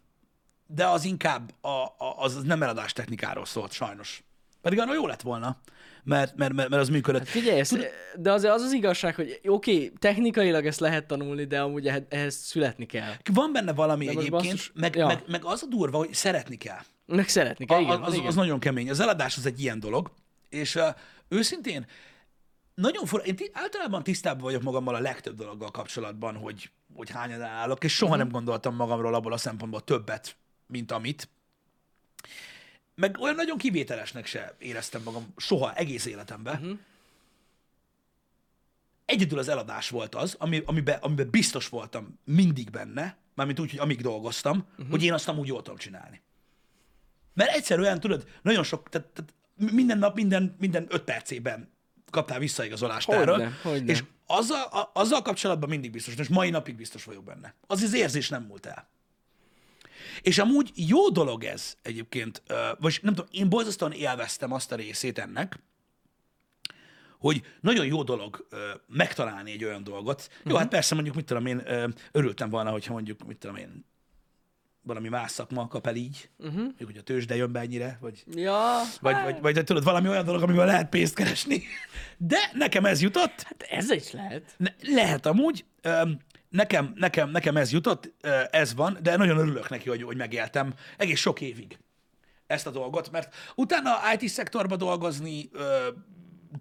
Speaker 1: de az inkább a, a, az az nem eladás technikáról szólt, sajnos. Pedig arra jó lett volna, mert, mert, mert, mert az működött.
Speaker 2: Hát Figyelj, ezt, de azért az az igazság, hogy oké, okay, technikailag ezt lehet tanulni, de amúgy ehhez, ehhez születni kell.
Speaker 1: Van benne valami
Speaker 2: most
Speaker 1: egyébként,
Speaker 2: basszus-
Speaker 1: meg,
Speaker 2: ja.
Speaker 1: meg, meg az a durva, hogy szeretni kell.
Speaker 2: Meg szeretni kell, igen.
Speaker 1: A- az,
Speaker 2: igen.
Speaker 1: az nagyon kemény. Az eladás az egy ilyen dolog, és uh, őszintén nagyon fura, én ti- általában tisztában vagyok magammal a legtöbb dologgal kapcsolatban, hogy, hogy hányan állok, és
Speaker 2: Mhm.
Speaker 1: soha nem gondoltam magamról abból a szempontból többet, mint amit. Meg olyan nagyon kivételesnek se éreztem magam soha egész életemben.
Speaker 2: Mhm.
Speaker 1: Egyedül az eladás volt az, ami, amiben, amiben biztos voltam mindig benne, mármint úgy, hogy amíg dolgoztam,
Speaker 2: Mhm.
Speaker 1: hogy én azt amúgy jól tudom csinálni. Mert egyszerűen, tudod, nagyon sok, tehát, tehát minden nap, minden, minden öt percében kaptál visszaigazolást
Speaker 2: Hogyne,
Speaker 1: erről.
Speaker 2: hogyne.
Speaker 1: És azzal, a, azzal kapcsolatban mindig biztos, és mai napig biztos vagyok benne. Az az érzés nem múlt el. És amúgy jó dolog ez egyébként, ö, vagy nem tudom, én borzasztóan élveztem azt a részét ennek, hogy nagyon jó dolog ö, megtalálni egy olyan dolgot. Jó, uh-huh. hát persze mondjuk, mit tudom én, ö, örültem volna, hogyha mondjuk, mit tudom én, valami más szakma kap el így, uh-huh. mondjuk, hogy a tőzsde jön be ennyire, vagy,
Speaker 2: Ja,
Speaker 1: vagy, vagy, vagy, vagy tudod, valami olyan dolog, amivel lehet pénzt keresni. (laughs) De nekem ez jutott,
Speaker 2: hát ez is lehet.
Speaker 1: ne, lehet amúgy. Öm, Nekem, nekem, nekem ez jutott, ö, ez van, de nagyon örülök neki, hogy, hogy megéltem egész sok évig ezt a dolgot, mert utána IT-szektorba dolgozni, ö,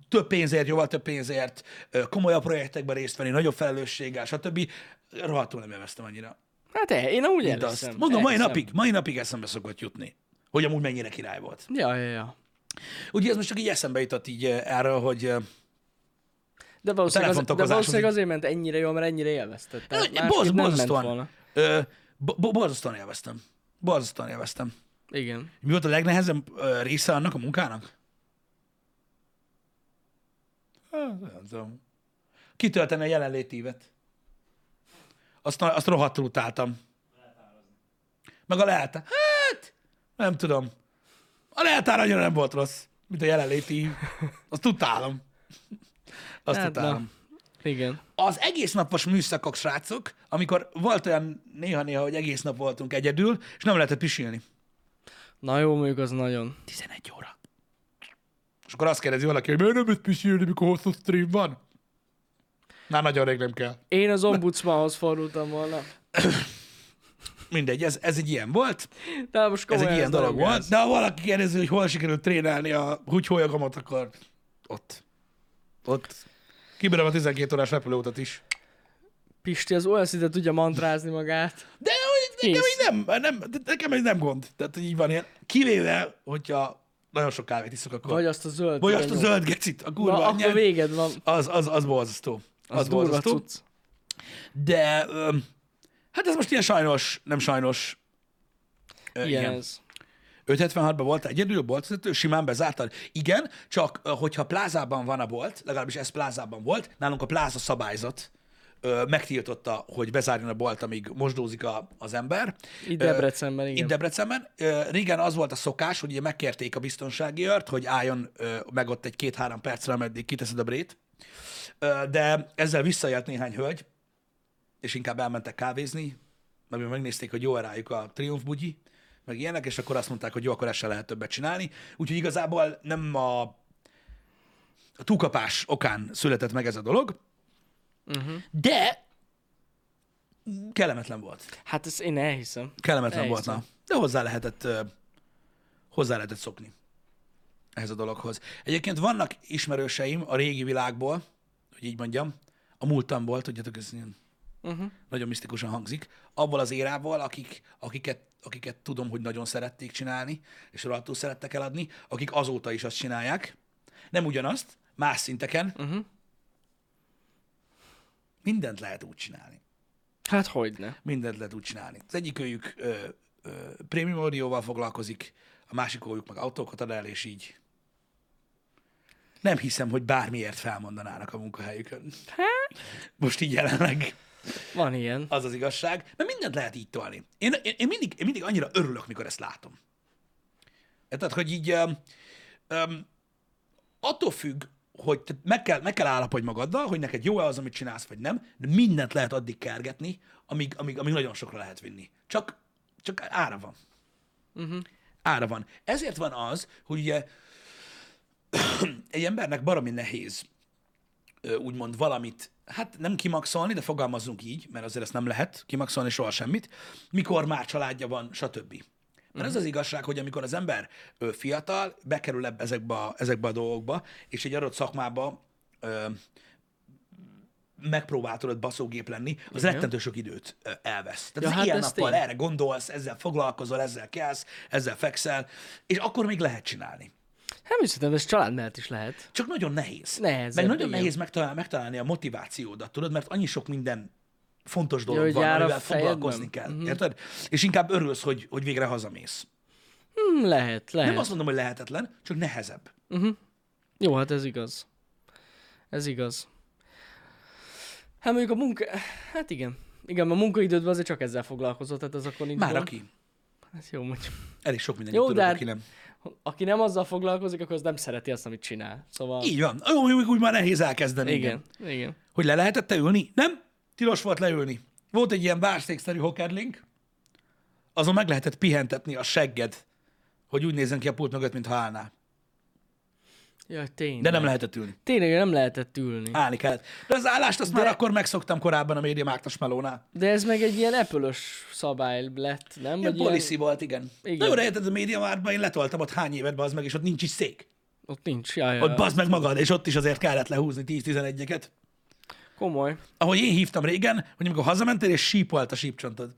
Speaker 1: több pénzért, jóval több pénzért, ö, komolyabb projektekben részt venni, nagyobb felelősséggel, stb. Rohadtul nem élveztem annyira.
Speaker 2: Hát e, én amúgy
Speaker 1: De azt
Speaker 2: elhiszem.
Speaker 1: mondom, mai
Speaker 2: elhiszem.
Speaker 1: napig, mai napig eszembe szokott jutni, hogy amúgy mennyire király volt.
Speaker 2: Ja, ja, ja.
Speaker 1: Úgyhogy ez most csak így eszembe jutott így ö, erről, hogy ö,
Speaker 2: De valószínűleg, az, de
Speaker 1: telefontokozás
Speaker 2: valószínűleg
Speaker 1: az
Speaker 2: azért ment ennyire jól, mert ennyire élvezted. Tehát
Speaker 1: Ö,
Speaker 2: másképp
Speaker 1: borz-
Speaker 2: nem ment volna.
Speaker 1: Borzasztóan. Ö, bo- bo- Borzasztóan élveztem. Borzasztóan élveztem.
Speaker 2: Igen.
Speaker 1: Mi volt a legnehezebb ö, része annak a munkának? Hát, Nem tudom. Kitölteni a jelenlétívet. Azt, azt rohadtul utáltam. Meg a lehet. Hát, nem tudom. A leltár annyira nem volt rossz, mint a jelenléti
Speaker 2: (laughs)
Speaker 1: ív. Azt utálom. Azt
Speaker 2: Hát, na.
Speaker 1: utálom
Speaker 2: Igen.
Speaker 1: az egész napos műszakok, srácok, amikor volt olyan néha-néha, hogy egész nap voltunk egyedül, és nem lehetett pisilni.
Speaker 2: Na jó, mondjuk az nagyon.
Speaker 1: 11 óra. És akkor azt kérdezi valaki, hogy miért nem tudsz pisilni, mikor hosszú stream van? Már nagyon rég nem kell.
Speaker 2: Én az ombudsmanhoz fordultam volna.
Speaker 1: Mindegy, ez, ez egy ilyen volt,
Speaker 2: De most
Speaker 1: ez
Speaker 2: komolyan
Speaker 1: egy ilyen dolog
Speaker 2: nagyon
Speaker 1: volt,
Speaker 2: gáz.
Speaker 1: de ha valaki kérdezi, hogy hol sikerült trénálni a húgyhólyagomat, akkor ott. Ott. Kibírom a 12 órás repülőutat is.
Speaker 2: Pisti az olyan szinte tudja mantrázni magát.
Speaker 1: De hogy nekem
Speaker 2: Kész.
Speaker 1: ez nem, nem, de nekem ez nem gond. Tehát hogy így van ilyen. Kivéve, hogyha nagyon sok kávét iszok, akkor.
Speaker 2: Vagy azt a zöld.
Speaker 1: Vagy azt a
Speaker 2: irányú.
Speaker 1: zöld gecit, a kurva
Speaker 2: Na, akkor
Speaker 1: anyád.
Speaker 2: véged van.
Speaker 1: Az, az, az borzasztó. Az,
Speaker 2: Az
Speaker 1: az
Speaker 2: durva
Speaker 1: borzasztó.
Speaker 2: cucc.
Speaker 1: De öm, hát ez most ilyen sajnos, nem sajnos. Ö,
Speaker 2: Ilyen ez.
Speaker 1: 576-ban volt egyedül boltvezető, simán bezártad. Igen, csak ö, hogyha plázában van a bolt, legalábbis ez plázában volt, nálunk a pláza szabályzat ö, megtiltotta, hogy bezárjon a bolt, amíg mosdózik a, az ember.
Speaker 2: Itt
Speaker 1: Ö,
Speaker 2: Debrecenben, igen.
Speaker 1: Itt Debrecenben. Ö, Régen az volt a szokás, hogy ugye megkérték a biztonsági őrt, hogy álljon ö, meg ott egy két-három percre, ameddig kiteszed a brét. Ö, De ezzel visszajölt néhány hölgy, és inkább elmentek kávézni, mert megnézték, hogy jó rájuk a Triumph bugyi, meg ilyenek, és akkor azt mondták, hogy jó, akkor ezt se lehet többet csinálni. Úgyhogy igazából nem a, a túlkapás okán született meg ez a dolog, uh-huh. de kellemetlen volt
Speaker 2: Hát ezt én elhiszem.
Speaker 1: kellemetlen volt,
Speaker 2: Elhiszem.
Speaker 1: na. De hozzá lehetett, ö, hozzá lehetett szokni. ehhez a dologhoz. Egyébként vannak ismerőseim a régi világból, hogy így mondjam, a múltamból, tudjátok, ez ilyen
Speaker 2: Uh-huh.
Speaker 1: nagyon misztikusan hangzik, abból az érából, akik, akiket, akiket tudom, hogy nagyon szerették csinálni, és rohadtul szerettek eladni, akik azóta is azt csinálják. Nem ugyanazt, más szinteken.
Speaker 2: Mhm.
Speaker 1: Mindent lehet úgy csinálni.
Speaker 2: Hát hogyne.
Speaker 1: Mindent lehet úgy csinálni. Az egyik őjük ö, ö, prémium audióval foglalkozik, a másik őjük meg autókat ad el, és így. Nem hiszem, hogy bármiért felmondanának a munkahelyükön. Most így jelenleg.
Speaker 2: Van ilyen.
Speaker 1: Az az igazság, mert mindent lehet így tolni. Én, én, én, mindig, én mindig annyira örülök, mikor ezt látom. Tehát, hogy így um, um, attól függ, hogy te meg kell, meg kell állapodj magaddal, hogy neked jó-e az, amit csinálsz, vagy nem, de mindent lehet addig kergetni, amíg, amíg, amíg nagyon sokra lehet vinni. Csak, csak ára van. Uh-huh. Ára van. Ezért van az, hogy ugye egy embernek baromi nehéz ö, úgymond valamit, hát nem kimaxolni, de fogalmazzunk így, mert azért ezt nem lehet kimaxolni soha semmit, mikor már családja van, stb. Mert
Speaker 2: Mhm.
Speaker 1: ez az igazság, hogy amikor az ember ö, fiatal, bekerül ebbe, ezekbe, a, ezekbe a dolgokba, és egy adott szakmába ö, megpróbál tudod baszógép lenni, az
Speaker 2: Igen.
Speaker 1: rettentő sok időt ö, elvesz. Tehát
Speaker 2: Ja,
Speaker 1: ja,
Speaker 2: hát
Speaker 1: hát ilyen
Speaker 2: ez
Speaker 1: nappal
Speaker 2: tény.
Speaker 1: erre gondolsz, ezzel foglalkozol, ezzel kelsz, ezzel fekszel, és akkor még lehet csinálni.
Speaker 2: Hát mi szerintem ez család mellett is lehet.
Speaker 1: Csak nagyon nehéz.
Speaker 2: Nehezebb,
Speaker 1: Meg nagyon
Speaker 2: igen.
Speaker 1: nehéz megtalálni, megtalálni a motivációdat, tudod, mert annyi sok minden fontos dolog
Speaker 2: hogy
Speaker 1: van,
Speaker 2: jár a
Speaker 1: amivel
Speaker 2: fejedben. Mhm.
Speaker 1: foglalkozni kell. Érted? És inkább örülsz, hogy, hogy végre hazamész.
Speaker 2: Hm, lehet, lehet.
Speaker 1: Nem azt mondom, hogy lehetetlen, csak nehezebb.
Speaker 2: Jó, hát ez igaz. Ez igaz. Hát mondjuk a munka... Hát igen. Igen, a munkaidődben azért csak ezzel foglalkozott, tehát az akkor nincs
Speaker 1: Már
Speaker 2: gond.
Speaker 1: aki.
Speaker 2: Ez jó mondjuk.
Speaker 1: Elég sok minden
Speaker 2: Jó,
Speaker 1: tudod,
Speaker 2: de- hát
Speaker 1: aki nem.
Speaker 2: Aki nem azzal foglalkozik, akkor az nem szereti azt, amit csinál. Szóval...
Speaker 1: Így van. Jó, mondjuk úgy már nehéz elkezdeni.
Speaker 2: igen, igen. igen.
Speaker 1: Hogy le lehetett te ülni? Nem? Tilos volt leülni. Volt egy ilyen bárszékszerű hokerlink, azon meg lehetett pihentetni a segged, hogy úgy nézzen ki a pult mögött, mintha állnál.
Speaker 2: Jaj, tényleg.
Speaker 1: De nem Hát- lehetett ülni.
Speaker 2: Tényleg nem lehetett ülni.
Speaker 1: Állni kellett. De az állást azt De... már akkor megszoktam korábban a média Mártos Melónál.
Speaker 2: De ez meg egy ilyen epölös szabály lett, nem?
Speaker 1: Ilyen
Speaker 2: Vagy
Speaker 1: policy volt, igen.
Speaker 2: Igen.
Speaker 1: igen. Na jó, de érted, a média márban én letoltam ott hány évet, bazd meg, és ott nincs is szék.
Speaker 2: Ott nincs, jaj, jaj,
Speaker 1: Ott bazd meg magad, és ott is azért kellett lehúzni 10-11-eket.
Speaker 2: Komoly.
Speaker 1: Ahogy én hívtam régen, hogy amikor hazamentél, és sípolt a sípcsontod.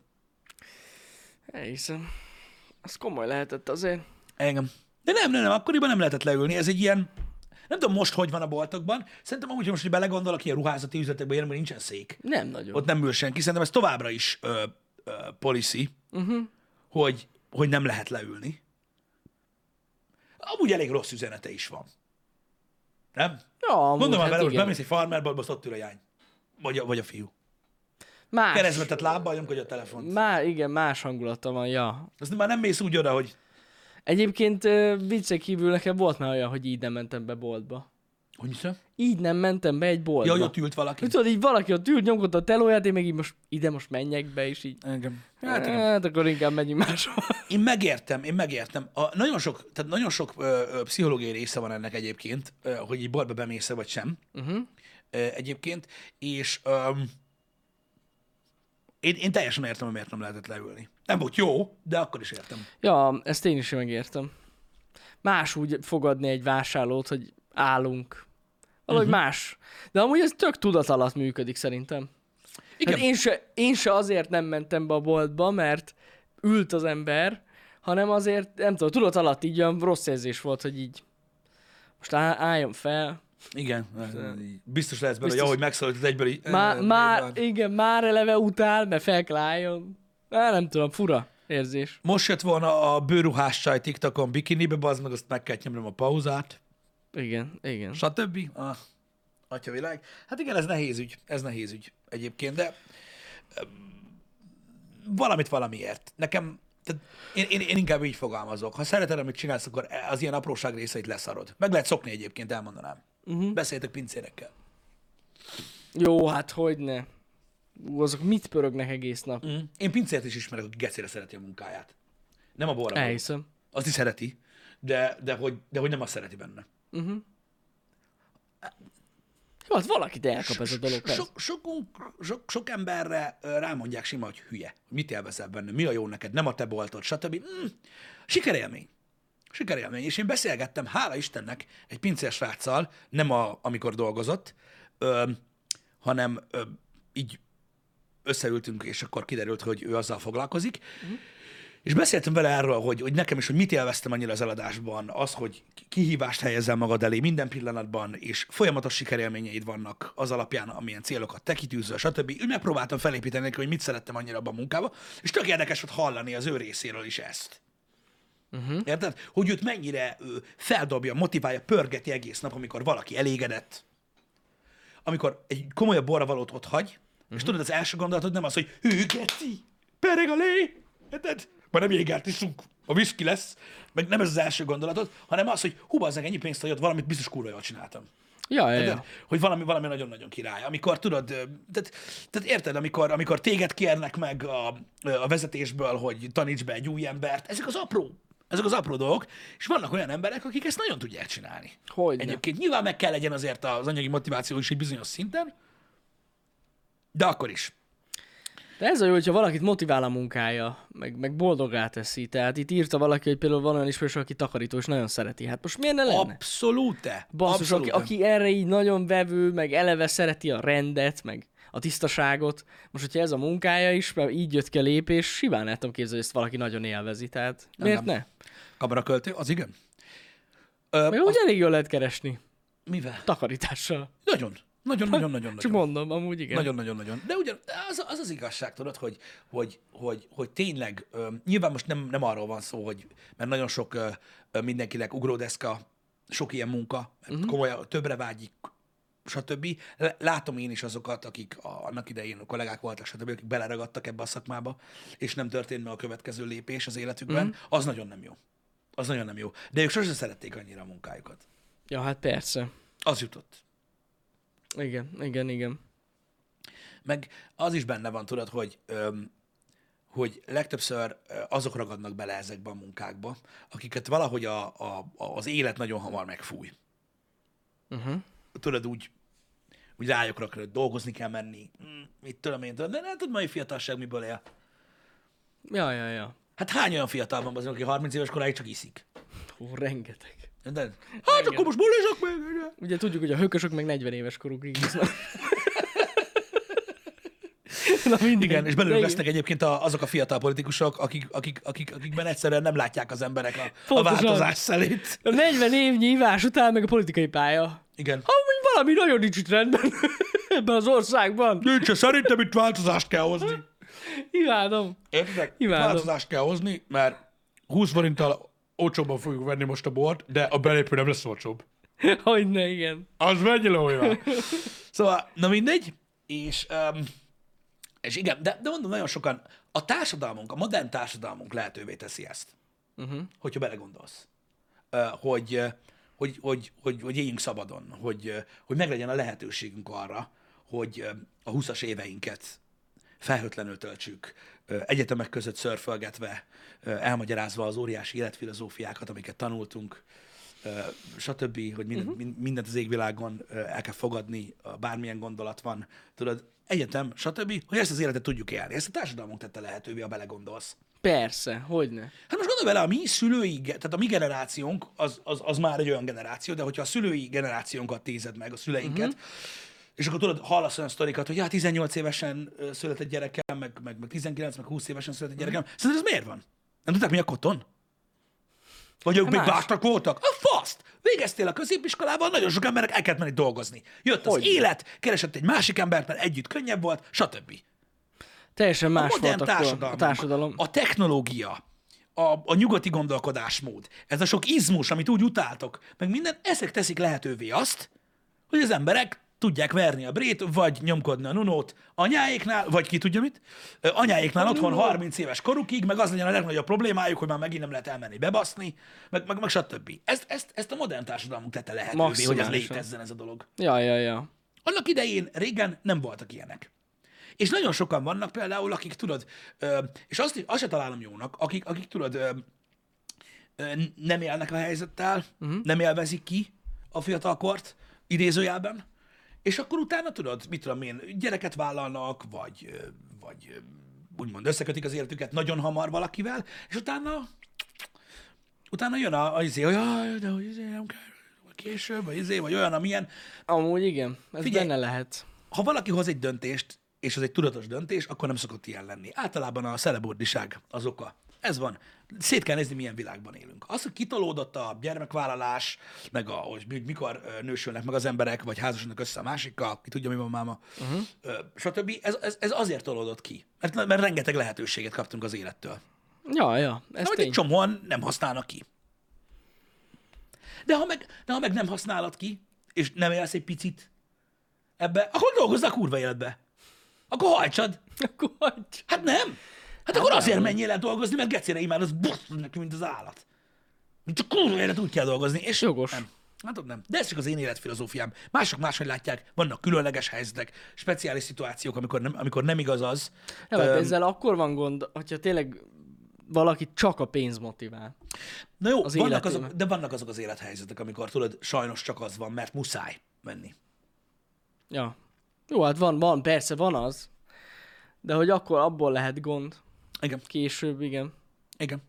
Speaker 2: Elhiszem. Az komoly lehetett azért.
Speaker 1: Engem. De nem, nem, nem, akkoriban nem lehetett leülni. Ez egy ilyen, nem tudom most, hogy van a boltokban. Szerintem amúgy, hogy most, hogy belegondolok, ilyen ruházati üzletekben ilyenben nincsen szék.
Speaker 2: Nem nagyon.
Speaker 1: Ott nem ül senki. Szerintem ez továbbra is ö, ö, policy, uh-huh.
Speaker 2: Mhm.
Speaker 1: hogy, hogy nem lehet leülni. Amúgy elég rossz üzenete is van. Nem?
Speaker 2: Ja, amúgy,
Speaker 1: Mondom már
Speaker 2: hát
Speaker 1: vele, most
Speaker 2: igen.
Speaker 1: bemész egy farmerból, azt ott ül a jány. Vagy a, vagy a fiú.
Speaker 2: Más.
Speaker 1: Keresztvetett lábbal nyomkodja a telefon.
Speaker 2: Már, igen, más hangulata van, ja.
Speaker 1: Azt már nem mész úgy oda, hogy
Speaker 2: Egyébként ö, viccek kívül nekem volt már olyan, hogy így nem mentem be boltba.
Speaker 1: hogy hiszem?
Speaker 2: Így nem mentem be egy boltba.
Speaker 1: Ja, hogy ott ült valaki.
Speaker 2: Tudod, így valaki ott ült, nyomkodta a telóját, én meg így most ide most menjek be, és így...
Speaker 1: Engem.
Speaker 2: Hát, hát akkor inkább menjünk máshova.
Speaker 1: Én megértem, én megértem. A, nagyon sok, tehát nagyon sok ö, ö, pszichológiai része van ennek egyébként, ö, hogy így boltba bemész vagy sem.
Speaker 2: Mhm.
Speaker 1: Uh-huh. Ö, egyébként, és ö, én, én teljesen értem, hogy miért nem lehetett leülni. Nem volt jó, de akkor is értem.
Speaker 2: Ja, ezt én is megértem. Más úgy fogadni egy vásárlót, hogy állunk. Valahogy
Speaker 1: Mhm.
Speaker 2: uh-huh. más. De amúgy ez tök tudat alatt működik szerintem.
Speaker 1: Igen.
Speaker 2: Igen. Hát én, se, én se azért nem mentem be a boltba, mert ült az ember, hanem azért, nem tudom, tudat alatt így olyan rossz érzés volt, hogy így most á- álljon fel.
Speaker 1: Igen. Biztos lesz belőle,
Speaker 2: Biztos.
Speaker 1: hogy ahogy megszólítod egyből így...
Speaker 2: Má,
Speaker 1: ö,
Speaker 2: már,
Speaker 1: így van.
Speaker 2: igen, már eleve utál, mert fel kell álljon. Á, nem tudom, fura érzés.
Speaker 1: Most jött volna a bőruhás csaj TikTokon bikinibe, bazd meg, azt meg kell nyomnom a pauzát.
Speaker 2: Igen, igen.
Speaker 1: stb. A atyavilág. Hát igen, ez nehéz ügy, ez nehéz ügy egyébként, de öm, valamit valamiért. Nekem, tehát én, én, én inkább így fogalmazok. Ha szereted, amit csinálsz, akkor az ilyen apróság részeit leszarod. Meg lehet szokni egyébként, elmondanám. Uh-huh. Beszéltek pincérekkel.
Speaker 2: Jó, hát hogyne. Ú, azok mit pörögnek egész nap?
Speaker 1: Uh-huh. Én pincért is ismerek, aki gecére szereti a munkáját. Nem a borra. való.
Speaker 2: Elhiszem.
Speaker 1: Azt is szereti, de, de, hogy, de hogy nem azt szereti benne.
Speaker 2: Jó, hát valakit elkap ez a dolog. persze.
Speaker 1: Sok, sokunk, sok, sok emberre ö, rámondják sima, hogy hülye. Mit élvezel benne, mi a jó neked, nem a te boltod, stb. Mm, sikerélmény. sikerélmény. És én beszélgettem, hála Istennek, egy pincés sráccal, nem a, amikor dolgozott, ö, hanem ö, így összeültünk, és akkor kiderült, hogy ő azzal foglalkozik. Uh-huh. És beszéltem vele erről, hogy, hogy nekem is, hogy mit élveztem annyira az eladásban, az, hogy kihívást helyezel magad elé minden pillanatban, és folyamatos sikerélményeid vannak az alapján, amilyen célokat te kitűzöl, stb. Úgy megpróbáltam felépíteni neki, hogy mit szerettem annyira abban a munkába, és tök érdekes volt hallani az ő részéről is ezt. Uh-huh. Érted? Hogy őt mennyire ö, feldobja, motiválja, pörgeti egész nap, amikor valaki elégedett, amikor egy komolyabb borravalót ott hagy, uh-huh. és tudod, az első gondolatod nem az, hogy hű, geci, pereg a lé, érted? Majd nem jégelt iszunk, a viszki lesz, meg nem ez az első gondolatod, hanem az, hogy hú, bazzeg, ennyi pénzt adott, valamit biztos kurva jól csináltam.
Speaker 2: Ja, ja,
Speaker 1: Érted?
Speaker 2: ja.
Speaker 1: Hogy valami, valami nagyon-nagyon király. Amikor tudod, ö, tehát, tehát érted, amikor, amikor téged kérnek meg a, ö, a vezetésből, hogy taníts be egy új embert, ezek az apró, ezek az apró dolgok, és vannak olyan emberek, akik ezt nagyon tudják csinálni.
Speaker 2: Hogyne.
Speaker 1: Egyébként nyilván meg kell legyen azért az anyagi motiváció is egy bizonyos szinten, de akkor is.
Speaker 2: De ez a jó, hogyha valakit motivál a munkája, meg, meg boldogá teszi. Tehát itt írta valaki, hogy például van olyan ismerős, aki takarító, és nagyon szereti. Hát most miért ne lenne?
Speaker 1: Abszolút-e?
Speaker 2: Basszus, aki, aki erre így nagyon vevő, meg eleve szereti a rendet, meg a tisztaságot. Most, hogyha ez a munkája is, mert így jött ki a lépés, simán el tudom képzelni, hogy ezt valaki nagyon élvezi. Tehát miért
Speaker 1: nem.
Speaker 2: ne?
Speaker 1: Kabaraköltő? Az igen. Ö,
Speaker 2: Meg úgy elég jól lehet keresni.
Speaker 1: mivel?
Speaker 2: Takarítással.
Speaker 1: Nagyon. Nagyon-nagyon-nagyon.
Speaker 2: Csak mondom, amúgy igen.
Speaker 1: Nagyon-nagyon-nagyon. De ugyan az, az az igazság, tudod, hogy, hogy, hogy, hogy tényleg, ö, nyilván most nem, nem arról van szó, hogy, mert nagyon sok ö, ö, mindenkinek ugródeszka, sok ilyen munka, mert uh-huh. komolyan többre vágyik, stb. L- Látom én is azokat, akik a, annak idején a kollégák voltak, stb., akik beleragadtak ebbe a szakmába, és nem történt meg a következő lépés az életükben, uh-huh. az nagyon nem jó. Az nagyon nem jó. De ők sosem szerették annyira a munkájukat.
Speaker 2: Ja, hát persze.
Speaker 1: Az jutott.
Speaker 2: Igen, igen, igen.
Speaker 1: Meg az is benne van, tudod, hogy öm, hogy legtöbbször ö, azok ragadnak bele ezekbe a munkákba, akiket valahogy a, a, a, az élet nagyon hamar megfúj. Mhm.
Speaker 2: Uh-huh.
Speaker 1: Tudod, úgy, úgy rájuk rakni, hogy dolgozni kell menni, mm, mit tudom én, tudod, de nem tudod, mai fiatalság miből él.
Speaker 2: Ja, ja, ja.
Speaker 1: Hát hány olyan fiatal van, az, aki 30 éves koráig csak iszik?
Speaker 2: Hú, rengeteg.
Speaker 1: De, hát Igen. akkor most bulizsak meg!
Speaker 2: Ugye tudjuk, hogy a hökösök meg 40 éves korukig isznak. (laughs) Na mindig.
Speaker 1: Igen, és belőle lesznek egyébként a, azok a fiatal politikusok, akik, akik, akik, akikben egyszerűen nem látják az emberek a, a
Speaker 2: Pontosan.
Speaker 1: változás szelét.
Speaker 2: A 40 évnyi ivás után meg a politikai pálya.
Speaker 1: Igen.
Speaker 2: Amúgy valami nagyon nincs itt rendben (laughs) ebben az országban.
Speaker 1: Nincs, szerintem itt változást kell hozni.
Speaker 2: Imádom.
Speaker 1: Értitek?
Speaker 2: Imádom.
Speaker 1: Változást kell hozni, mert 20 forinttal olcsóbban fogjuk venni most a bort, de a belépő nem lesz olcsóbb.
Speaker 2: Hogyne, igen.
Speaker 1: Az megy lója. (laughs) Szóval, na mindegy, és, um, és igen, de, de mondom, nagyon sokan, a társadalmunk, a modern társadalmunk lehetővé teszi ezt, uh-huh. hogyha belegondolsz, Ö, hogy, ö, hogy, hogy, hogy, hogy éljünk szabadon, hogy, ö, hogy meglegyen a lehetőségünk arra, hogy ö, a 20-as éveinket felhőtlenül töltsük, ö, egyetemek között szörfölgetve, ö, elmagyarázva az óriási életfilozófiákat, amiket tanultunk, ö, stb., hogy mindent, uh-huh. mindent az égvilágon ö, el kell fogadni, ö, bármilyen gondolat van, tudod, egyetem, stb., hogy ezt az életet tudjuk élni. Ezt a társadalmunk tette lehetővé, ha belegondolsz.
Speaker 2: Persze, hogyne.
Speaker 1: Hát most gondolj bele, a mi szülői, ge- tehát a mi generációnk, az, az, az már egy olyan generáció, de hogyha a szülői generációnkat nézed meg, a szüleinket,
Speaker 2: Mhm.
Speaker 1: uh-huh. és akkor tudod, hallasz olyan sztorikat, hogy hát 18 évesen ö, született gyerekem, meg, meg, meg 19, meg 20 évesen született
Speaker 2: Mhm.
Speaker 1: gyerekem. Uh-huh. Szerinted ez miért van? Nem tudták, mi a koton? Vagy ők
Speaker 2: Hát
Speaker 1: még
Speaker 2: más.
Speaker 1: vártak voltak? A faszt! Végeztél a középiskolában, nagyon sok embernek el kellett menni dolgozni. Jött az
Speaker 2: Hogyne.
Speaker 1: élet, keresett egy másik embert, mert együtt könnyebb volt, stb.
Speaker 2: Teljesen más
Speaker 1: A modern
Speaker 2: volt akkor a
Speaker 1: társadalmunk,
Speaker 2: társadalom.
Speaker 1: a technológia, a, a nyugati gondolkodásmód, ez a sok izmus, amit úgy utáltok, meg minden, ezek teszik lehetővé azt, hogy az emberek tudják verni a brét, vagy nyomkodni a nunót anyáéknál, vagy ki tudja mit, Ö, anyáéknál
Speaker 2: Hát,
Speaker 1: otthon 30 éves korukig, meg az legyen a legnagyobb problémájuk, hogy már megint nem lehet elmenni bebaszni, meg, meg, meg stb. Ezt, ezt, ezt a modern társadalmunk tette lehetővé, hogy ez
Speaker 2: Maximálisan.
Speaker 1: létezzen ez a dolog.
Speaker 2: Ja, ja, ja.
Speaker 1: Annak idején régen nem voltak ilyenek. És nagyon sokan vannak például, akik tudod, ö, és azt, azt se találom jónak, akik, akik tudod, ö, ö, nem élnek a helyzettel, uh-huh. nem élvezik ki a fiatalkort, idézőjelben, és akkor utána tudod, mit tudom én, gyereket vállalnak, vagy, ö, vagy ö, úgymond összekötik az életüket nagyon hamar valakivel, és utána utána jön a, a izé, hogy jaj, de hogy izé, nem kell, vagy később, vagy izé, vagy olyan, amilyen.
Speaker 2: Amúgy igen, ez
Speaker 1: Figyelj.
Speaker 2: Figyelj. benne lehet.
Speaker 1: Ha valaki hoz egy döntést, és az egy tudatos döntés, akkor nem szokott ilyen lenni. Általában a szelebódiság az oka. Ez van. Szét kell nézni, milyen világban élünk. Az, hogy kitolódott a gyermekvállalás, meg a, hogy mi- mikor ö, nősülnek meg az emberek, vagy házasodnak össze a másikkal, ki tudja, mi van máma, uh-huh. stb. Ez, ez, ez azért tolódott ki, mert, mert rengeteg lehetőséget kaptunk az élettől.
Speaker 2: Ja, ja, ez
Speaker 1: Ez
Speaker 2: tény.
Speaker 1: egy csomóan nem használnak ki. De ha, meg, de ha meg nem használod ki, és nem élsz egy picit ebbe, akkor dolgozzál kurva életbe. Akkor hajtsad.
Speaker 2: Akkor hagyj.
Speaker 1: Hát nem. Hát akkor azért menjél el dolgozni, mert gecére imád, az busz neki, mint az állat. Mint csak kurva élet úgy kell dolgozni. És
Speaker 2: Jogos.
Speaker 1: Nem. Hát ott nem. De ez csak az én életfilozófiám. Mások máshogy látják, vannak különleges helyzetek, speciális szituációk, amikor nem, amikor nem igaz az.
Speaker 2: Nem, hát
Speaker 1: Öm,
Speaker 2: ezzel akkor van gond, hogyha tényleg valaki csak a pénz motivál.
Speaker 1: Na jó,
Speaker 2: az
Speaker 1: vannak
Speaker 2: életében.
Speaker 1: azok, de vannak azok az élethelyzetek, amikor tudod, sajnos csak az van, mert muszáj menni.
Speaker 2: Ja. Jó, hát van, van, persze van az. De hogy akkor abból lehet gond.
Speaker 1: Igen,
Speaker 2: Később, igen.
Speaker 1: igen.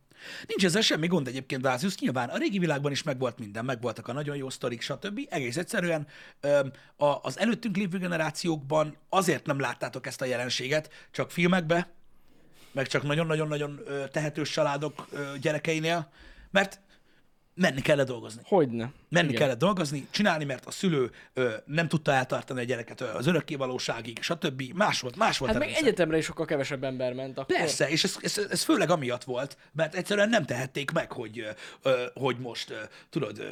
Speaker 1: Nincs ezzel semmi gond egyébként, Váziusz. Nyilván a régi világban is megvolt minden, megvoltak a nagyon jó sztorik, stb. Egész egyszerűen öm, a- az előttünk lévő generációkban azért nem láttátok ezt a jelenséget, csak filmekbe, meg csak nagyon-nagyon-nagyon ö, tehetős családok ö, gyerekeinél, mert menni kellett dolgozni.
Speaker 2: Hogyne. Hát
Speaker 1: Menni
Speaker 2: Igen.
Speaker 1: kellett dolgozni, csinálni, mert a szülő ö, nem tudta eltartani a gyereket ö, az örökkévalóságig, stb. Más volt, más volt a
Speaker 2: Hát meg
Speaker 1: rendszer.
Speaker 2: egyetemre is sokkal kevesebb ember ment akkor.
Speaker 1: Persze, és ez, ez, ez főleg amiatt volt, mert egyszerűen nem tehették meg, hogy, ö, ö, hogy most, ö, tudod, ö,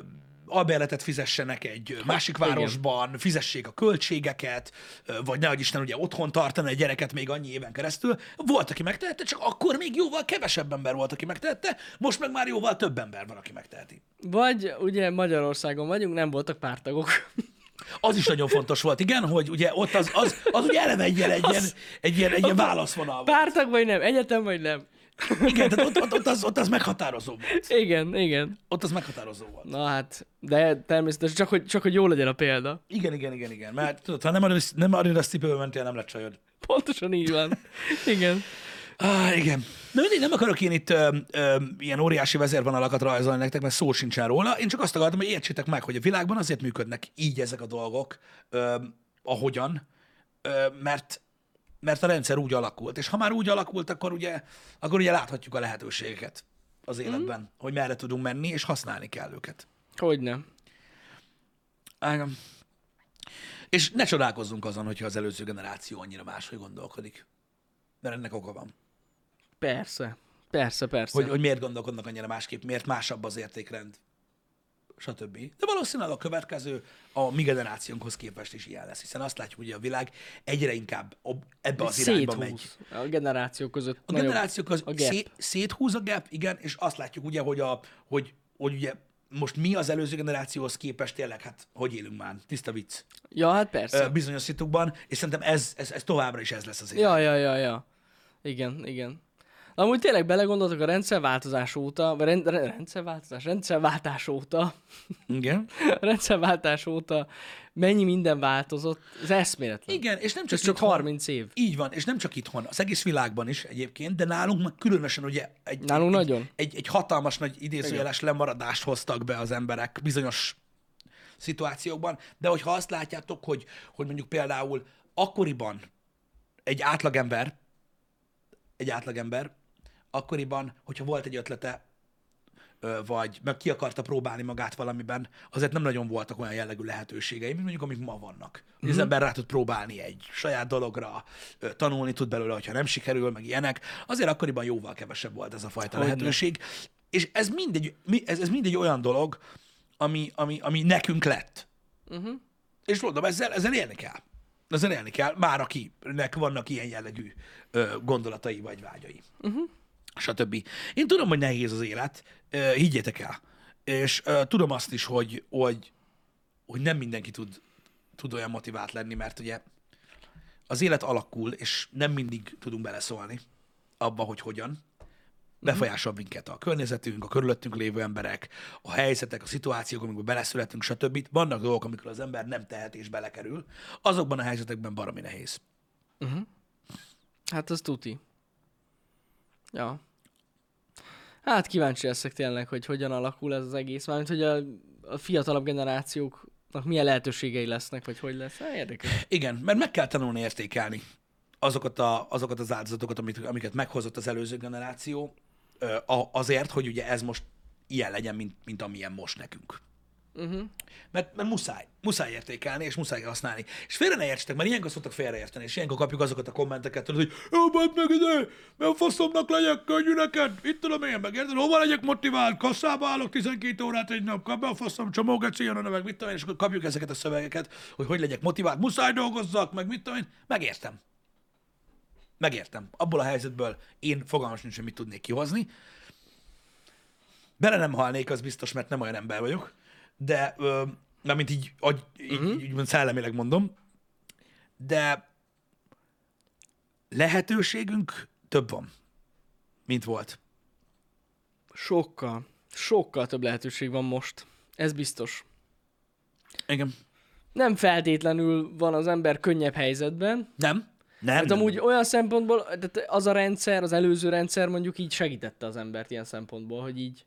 Speaker 1: albérletet fizessenek egy ö, másik városban, igen. fizessék a költségeket, ö, vagy nehogy Isten ugye otthon tartani a gyereket még annyi éven keresztül. Volt, aki megtehette, csak akkor még jóval kevesebb ember volt, aki megtehette, most meg már jóval több ember van, aki megteheti.
Speaker 2: Vagy ugye Magyarországon vagyunk, nem voltak pártagok. (laughs)
Speaker 1: Az is nagyon fontos volt, igen, hogy ugye ott az, az, az ugye eleve egy ilyen, egy ilyen, egy ilyen, egy ilyen válaszvonal volt.
Speaker 2: Pártag vagy nem, egyetem vagy nem.
Speaker 1: Igen, tehát ott, ott, ott, az, ott az meghatározó volt.
Speaker 2: Igen, igen.
Speaker 1: Ott az meghatározó volt.
Speaker 2: Na hát, de természetesen csak hogy, csak hogy jó legyen a példa.
Speaker 1: Igen, igen, igen, igen. Mert tudod, ha nem arra, nem arra a cipőbe mentél, nem lett csajod.
Speaker 2: Pontosan így
Speaker 1: (laughs)
Speaker 2: van. Igen.
Speaker 1: Ah, igen. Na mindig nem akarok én itt ö, ö, ilyen óriási vezérvonalakat rajzolni nektek, mert szó sincsen róla. Én csak azt akartam, hogy értsétek meg, hogy a világban azért működnek így ezek a dolgok, ö, ahogyan, ö, mert mert a rendszer úgy alakult. És ha már úgy alakult, akkor ugye, akkor ugye láthatjuk a lehetőségeket az életben, mm. hogy merre tudunk menni, és használni kell őket.
Speaker 2: Hogyne.
Speaker 1: Igen. És ne csodálkozzunk azon, hogyha az előző generáció annyira máshogy gondolkodik. Mert ennek oka van.
Speaker 2: Persze. Persze, persze.
Speaker 1: Hogy, hogy miért gondolkodnak annyira másképp, miért másabb az értékrend, stb. De valószínűleg a következő a mi generációnkhoz képest is ilyen lesz, hiszen azt látjuk, hogy a világ egyre inkább ob- ebbe az irányba megy.
Speaker 2: Széthúz a generáció között.
Speaker 1: A generációk az
Speaker 2: a
Speaker 1: a
Speaker 2: gap.
Speaker 1: szét, széthúz a gap, igen, és azt látjuk ugye, hogy, a, hogy, hogy ugye most mi az előző generációhoz képest tényleg, hát hogy élünk már, tiszta vicc.
Speaker 2: Ja, hát persze.
Speaker 1: ö, bizonyos szitukban, és szerintem ez, ez, ez továbbra is ez lesz az élet.
Speaker 2: Ja, ja, ja, ja. Igen, igen. Amúgy tényleg belegondoltak a rendszerváltozás óta, vagy rend, re- rendszerváltozás, rendszerváltás óta, (laughs)
Speaker 1: Igen.
Speaker 2: rendszerváltás óta mennyi minden változott, ez eszméletlen.
Speaker 1: Igen, és nem csak,
Speaker 2: Ez csak
Speaker 1: itthon.
Speaker 2: 30 év.
Speaker 1: Így van, és nem csak itthon, az egész világban is egyébként, de nálunk meg különösen ugye egy,
Speaker 2: Nálunk
Speaker 1: egy,
Speaker 2: nagyon.
Speaker 1: Egy, egy hatalmas nagy idézőjeles lemaradást hoztak be az emberek bizonyos szituációkban, de hogyha azt látjátok, hogy, hogy mondjuk például akkoriban egy átlagember, egy átlagember, akkoriban, hogyha volt egy ötlete, ö, vagy meg ki akarta próbálni magát valamiben, azért nem nagyon voltak olyan jellegű lehetőségei, mint mondjuk, amik ma vannak. Mm-hmm. Az ember rá tud próbálni egy saját dologra, ö, tanulni tud belőle, hogyha nem sikerül, meg ilyenek. Azért akkoriban jóval kevesebb volt ez a fajta
Speaker 2: Hogyne.
Speaker 1: lehetőség. És ez mindegy, mi- ez, ez mindegy olyan dolog, ami, ami, ami nekünk lett. És mondom, ezzel, ezzel élni kell. Ezzel élni kell, már akinek vannak ilyen jellegű ö, gondolatai vagy vágyai. Uh-huh. Stb. Én tudom, hogy nehéz az élet, ö, higgyétek el. És ö, tudom azt is, hogy, hogy, hogy nem mindenki tud, tud olyan motivált lenni, mert ugye az élet alakul, és nem mindig tudunk beleszólni abba, hogy hogyan. Befolyásol minket a környezetünk, a körülöttünk lévő emberek, a helyzetek, a szituációk, amikben beleszületünk, stb. Vannak dolgok, amikor az ember nem tehet és belekerül. Azokban a helyzetekben baromi nehéz.
Speaker 2: Hát az tuti. Ja. Hát kíváncsi leszek tényleg, hogy hogyan alakul ez az egész, mármint hogy a, a fiatalabb generációknak milyen lehetőségei lesznek, vagy hogy lesz. Hát, érdekes.
Speaker 1: Igen, mert meg kell tanulni értékelni azokat, a, azokat az áldozatokat, amit, amiket meghozott az előző generáció, ö, a- azért, hogy ugye ez most ilyen legyen, mint, mint amilyen most nekünk.
Speaker 2: Uh-huh.
Speaker 1: Mert, mert muszáj, muszáj értékelni, és muszáj használni. És félre ne értsetek, mert ilyenkor szoktak félreérteni, és ilyenkor kapjuk azokat a kommenteket, tudod, hogy jó, badd meg ide, mert faszomnak legyek, könnyű neked, itt tudom én, meg érted, hova legyek motivált, kasszába állok 12 órát egy nap, kap be a faszom, csomógetsz, ilyen a nevek, mit tudom én, és akkor kapjuk ezeket a szövegeket, hogy hogy legyek motivált, muszáj dolgozzak, meg mit tudom én, megértem. Megértem. Abból a helyzetből én fogalmas nincs, hogy mit tudnék kihozni. Bele nem halnék, az biztos, mert nem olyan ember vagyok, de, ö, na, mint így, agy, így,
Speaker 2: Mhm.
Speaker 1: így úgymond szellemileg mondom, de lehetőségünk több van, mint volt.
Speaker 2: Sokkal, sokkal több lehetőség van most. Ez biztos.
Speaker 1: Igen.
Speaker 2: Nem feltétlenül van az ember könnyebb helyzetben,
Speaker 1: Nem? Nem.
Speaker 2: Hát
Speaker 1: nem.
Speaker 2: amúgy olyan szempontból, tehát az a rendszer, az előző rendszer mondjuk így segítette az embert ilyen szempontból, hogy így...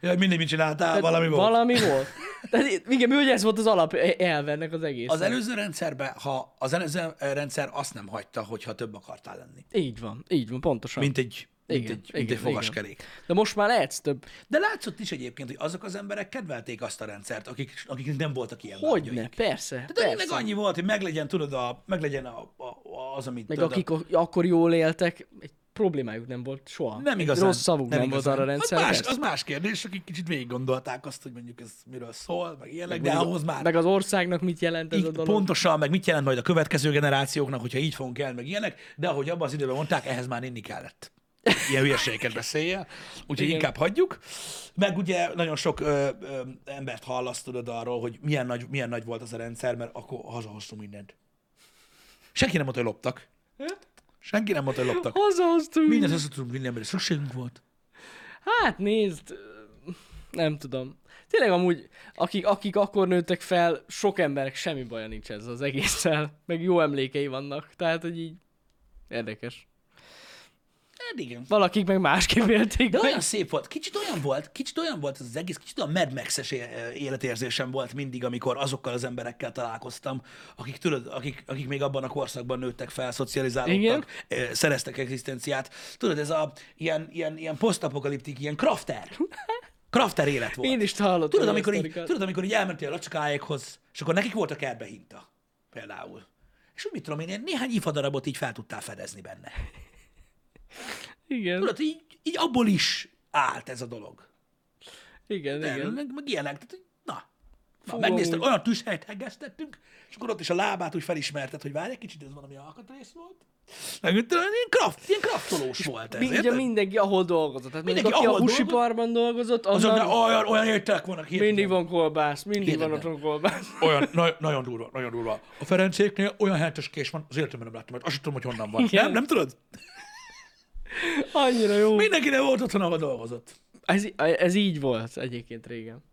Speaker 1: Jaj, mindig mit csináltál,
Speaker 2: Tehát
Speaker 1: valami volt.
Speaker 2: Hát Valami volt. Tehát, í- igen, mi ugye ez volt az alap elvennek az egész.
Speaker 1: Az előző rendszerben, ha az előző rendszer azt nem hagyta, hogyha több akartál lenni.
Speaker 2: Így van, így van, pontosan.
Speaker 1: Mint egy, mint
Speaker 2: Igen,
Speaker 1: egy, mint
Speaker 2: igen,
Speaker 1: egy fogaskerék.
Speaker 2: De most már lehetsz több.
Speaker 1: De látszott is egyébként, hogy azok az emberek kedvelték azt a rendszert, akik, akik nem voltak ilyen vágyai.
Speaker 2: Hogyne, persze,
Speaker 1: De
Speaker 2: persze.
Speaker 1: tényleg annyi volt, hogy meglegyen, tudod, a, meglegyen a, a, a, az, amit...
Speaker 2: Meg
Speaker 1: tudod, a-
Speaker 2: akik a... akkor jól éltek, egy problémájuk nem volt soha.
Speaker 1: Nem
Speaker 2: Egy
Speaker 1: igazán.
Speaker 2: Rossz szavuk nem, nem volt
Speaker 1: igazán.
Speaker 2: arra a rendszer.
Speaker 1: Az más,
Speaker 2: persze.
Speaker 1: az más kérdés, akik kicsit végig gondolták azt, hogy mondjuk ez miről szól, meg ilyenek, de
Speaker 2: mondjuk-
Speaker 1: ahhoz már
Speaker 2: Meg az országnak mit jelent ez
Speaker 1: így
Speaker 2: a dolog.
Speaker 1: pontosan, meg mit jelent majd a következő generációknak, hogyha így fogunk el, meg ilyenek, de ahogy abban az időben mondták, ehhez már inni kellett. Ilyen hülyeségeket beszélje, úgyhogy
Speaker 2: Igen.
Speaker 1: inkább hagyjuk. Meg ugye nagyon sok ö, ö, embert hallasz, tudod arról, hogy milyen nagy, milyen nagy volt az a rendszer, mert akkor hazahoztunk mindent. Senki nem mondta, hogy loptak.
Speaker 2: Hát?
Speaker 1: Senki nem mondta, hogy loptak.
Speaker 2: Hazahoztunk.
Speaker 1: Mindent össze tudunk vinni, amire szükségünk volt.
Speaker 2: Hát nézd, ö, nem tudom. Tényleg amúgy, akik, akik akkor nőttek fel, sok emberek semmi baja nincs ezzel az egésszel, meg jó emlékei vannak, tehát hogy így érdekes.
Speaker 1: Hát igen.
Speaker 2: Valakik meg másképp élték
Speaker 1: De
Speaker 2: meg.
Speaker 1: olyan szép volt. Kicsit olyan volt, kicsit olyan volt ez az egész, kicsit olyan Mad Max-es é- életérzésem volt mindig, amikor azokkal az emberekkel találkoztam, akik, tudod, akik, akik még abban a korszakban nőttek fel,
Speaker 2: Igen.
Speaker 1: szocializálódtak, ö, szereztek egzisztenciát. Tudod, ez a ilyen, ilyen, ilyen posztapokaliptik, ilyen crafter. Crafter élet volt.
Speaker 2: Én is hallottam
Speaker 1: Tudod,
Speaker 2: olyan
Speaker 1: amikor így,
Speaker 2: sztorikat.
Speaker 1: tudod, amikor így elmentél a lacskáékhoz, és akkor nekik volt a kertbe hinta, például. És úgy mit tudom én, ilyen néhány ifadarabot így fel tudtál fedezni benne.
Speaker 2: Igen,
Speaker 1: Tudod, így, így abból is állt ez a dolog.
Speaker 2: igen, igen.
Speaker 1: Meg, meg ilyenek. Tehát, hogy na, na
Speaker 2: Fú,
Speaker 1: megnézted,
Speaker 2: amúgy.
Speaker 1: olyan tűzhelyt hegesztettünk, és akkor ott is a lábát úgy felismerted, hogy várj egy kicsit, ez valami alkatrész volt. Meg mit tudom, én, ilyen, kraft, ilyen kraftolós volt ez.
Speaker 2: Mi, ugye
Speaker 1: érted?
Speaker 2: mindenki ahol dolgozott. Tehát mindenki,
Speaker 1: Mindenki,
Speaker 2: aki a
Speaker 1: ahol
Speaker 2: húsiparban dolgozott,
Speaker 1: Azoknál
Speaker 2: annak
Speaker 1: olyan, olyan értelek vannak hihetetlen.
Speaker 2: mindig van kolbász, mindig van
Speaker 1: Hihetetlen.
Speaker 2: otthon kolbász.
Speaker 1: Olyan, na, nagyon durva, nagyon durva. A Ferencéknél olyan hentes kés van, az életemben nem láttam, mert azt sem tudom, hogy honnan van.
Speaker 2: Igen.
Speaker 1: Nem, nem tudod?
Speaker 2: Annyira jó.
Speaker 1: Mindenkinek volt otthon, ahol dolgozott.
Speaker 2: Ez, í- ez így volt egyébként régen.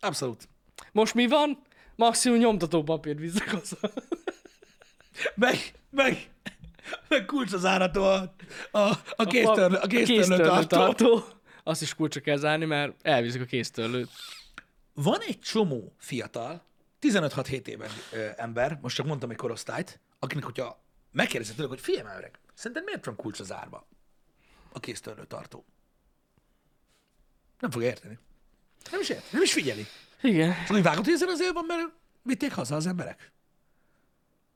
Speaker 1: Abszolút.
Speaker 2: Most mi van? Maximum nyomtató papírt viszek haza.
Speaker 1: Meg, meg, meg kulcs az árató a, a, a kéztörlő, a kéztörlő
Speaker 2: kéztörlő
Speaker 1: tartó.
Speaker 2: Azt is kulcsra kell zárni, mert elviszik a kéztörlőt.
Speaker 1: van egy csomó fiatal, 15-6-7 éven ö, ember, most csak mondtam egy korosztályt, akinek, hogyha megkérdezed tőlük, hogy figyelj már öreg, szerinted miért van kulcs az árba? A kéztörlő tartó. Nem fog érteni. Nem is érti, nem is figyeli.
Speaker 2: Igen.
Speaker 1: Csak hogy vágott, hogy ezen azért van, mert vitték haza az emberek.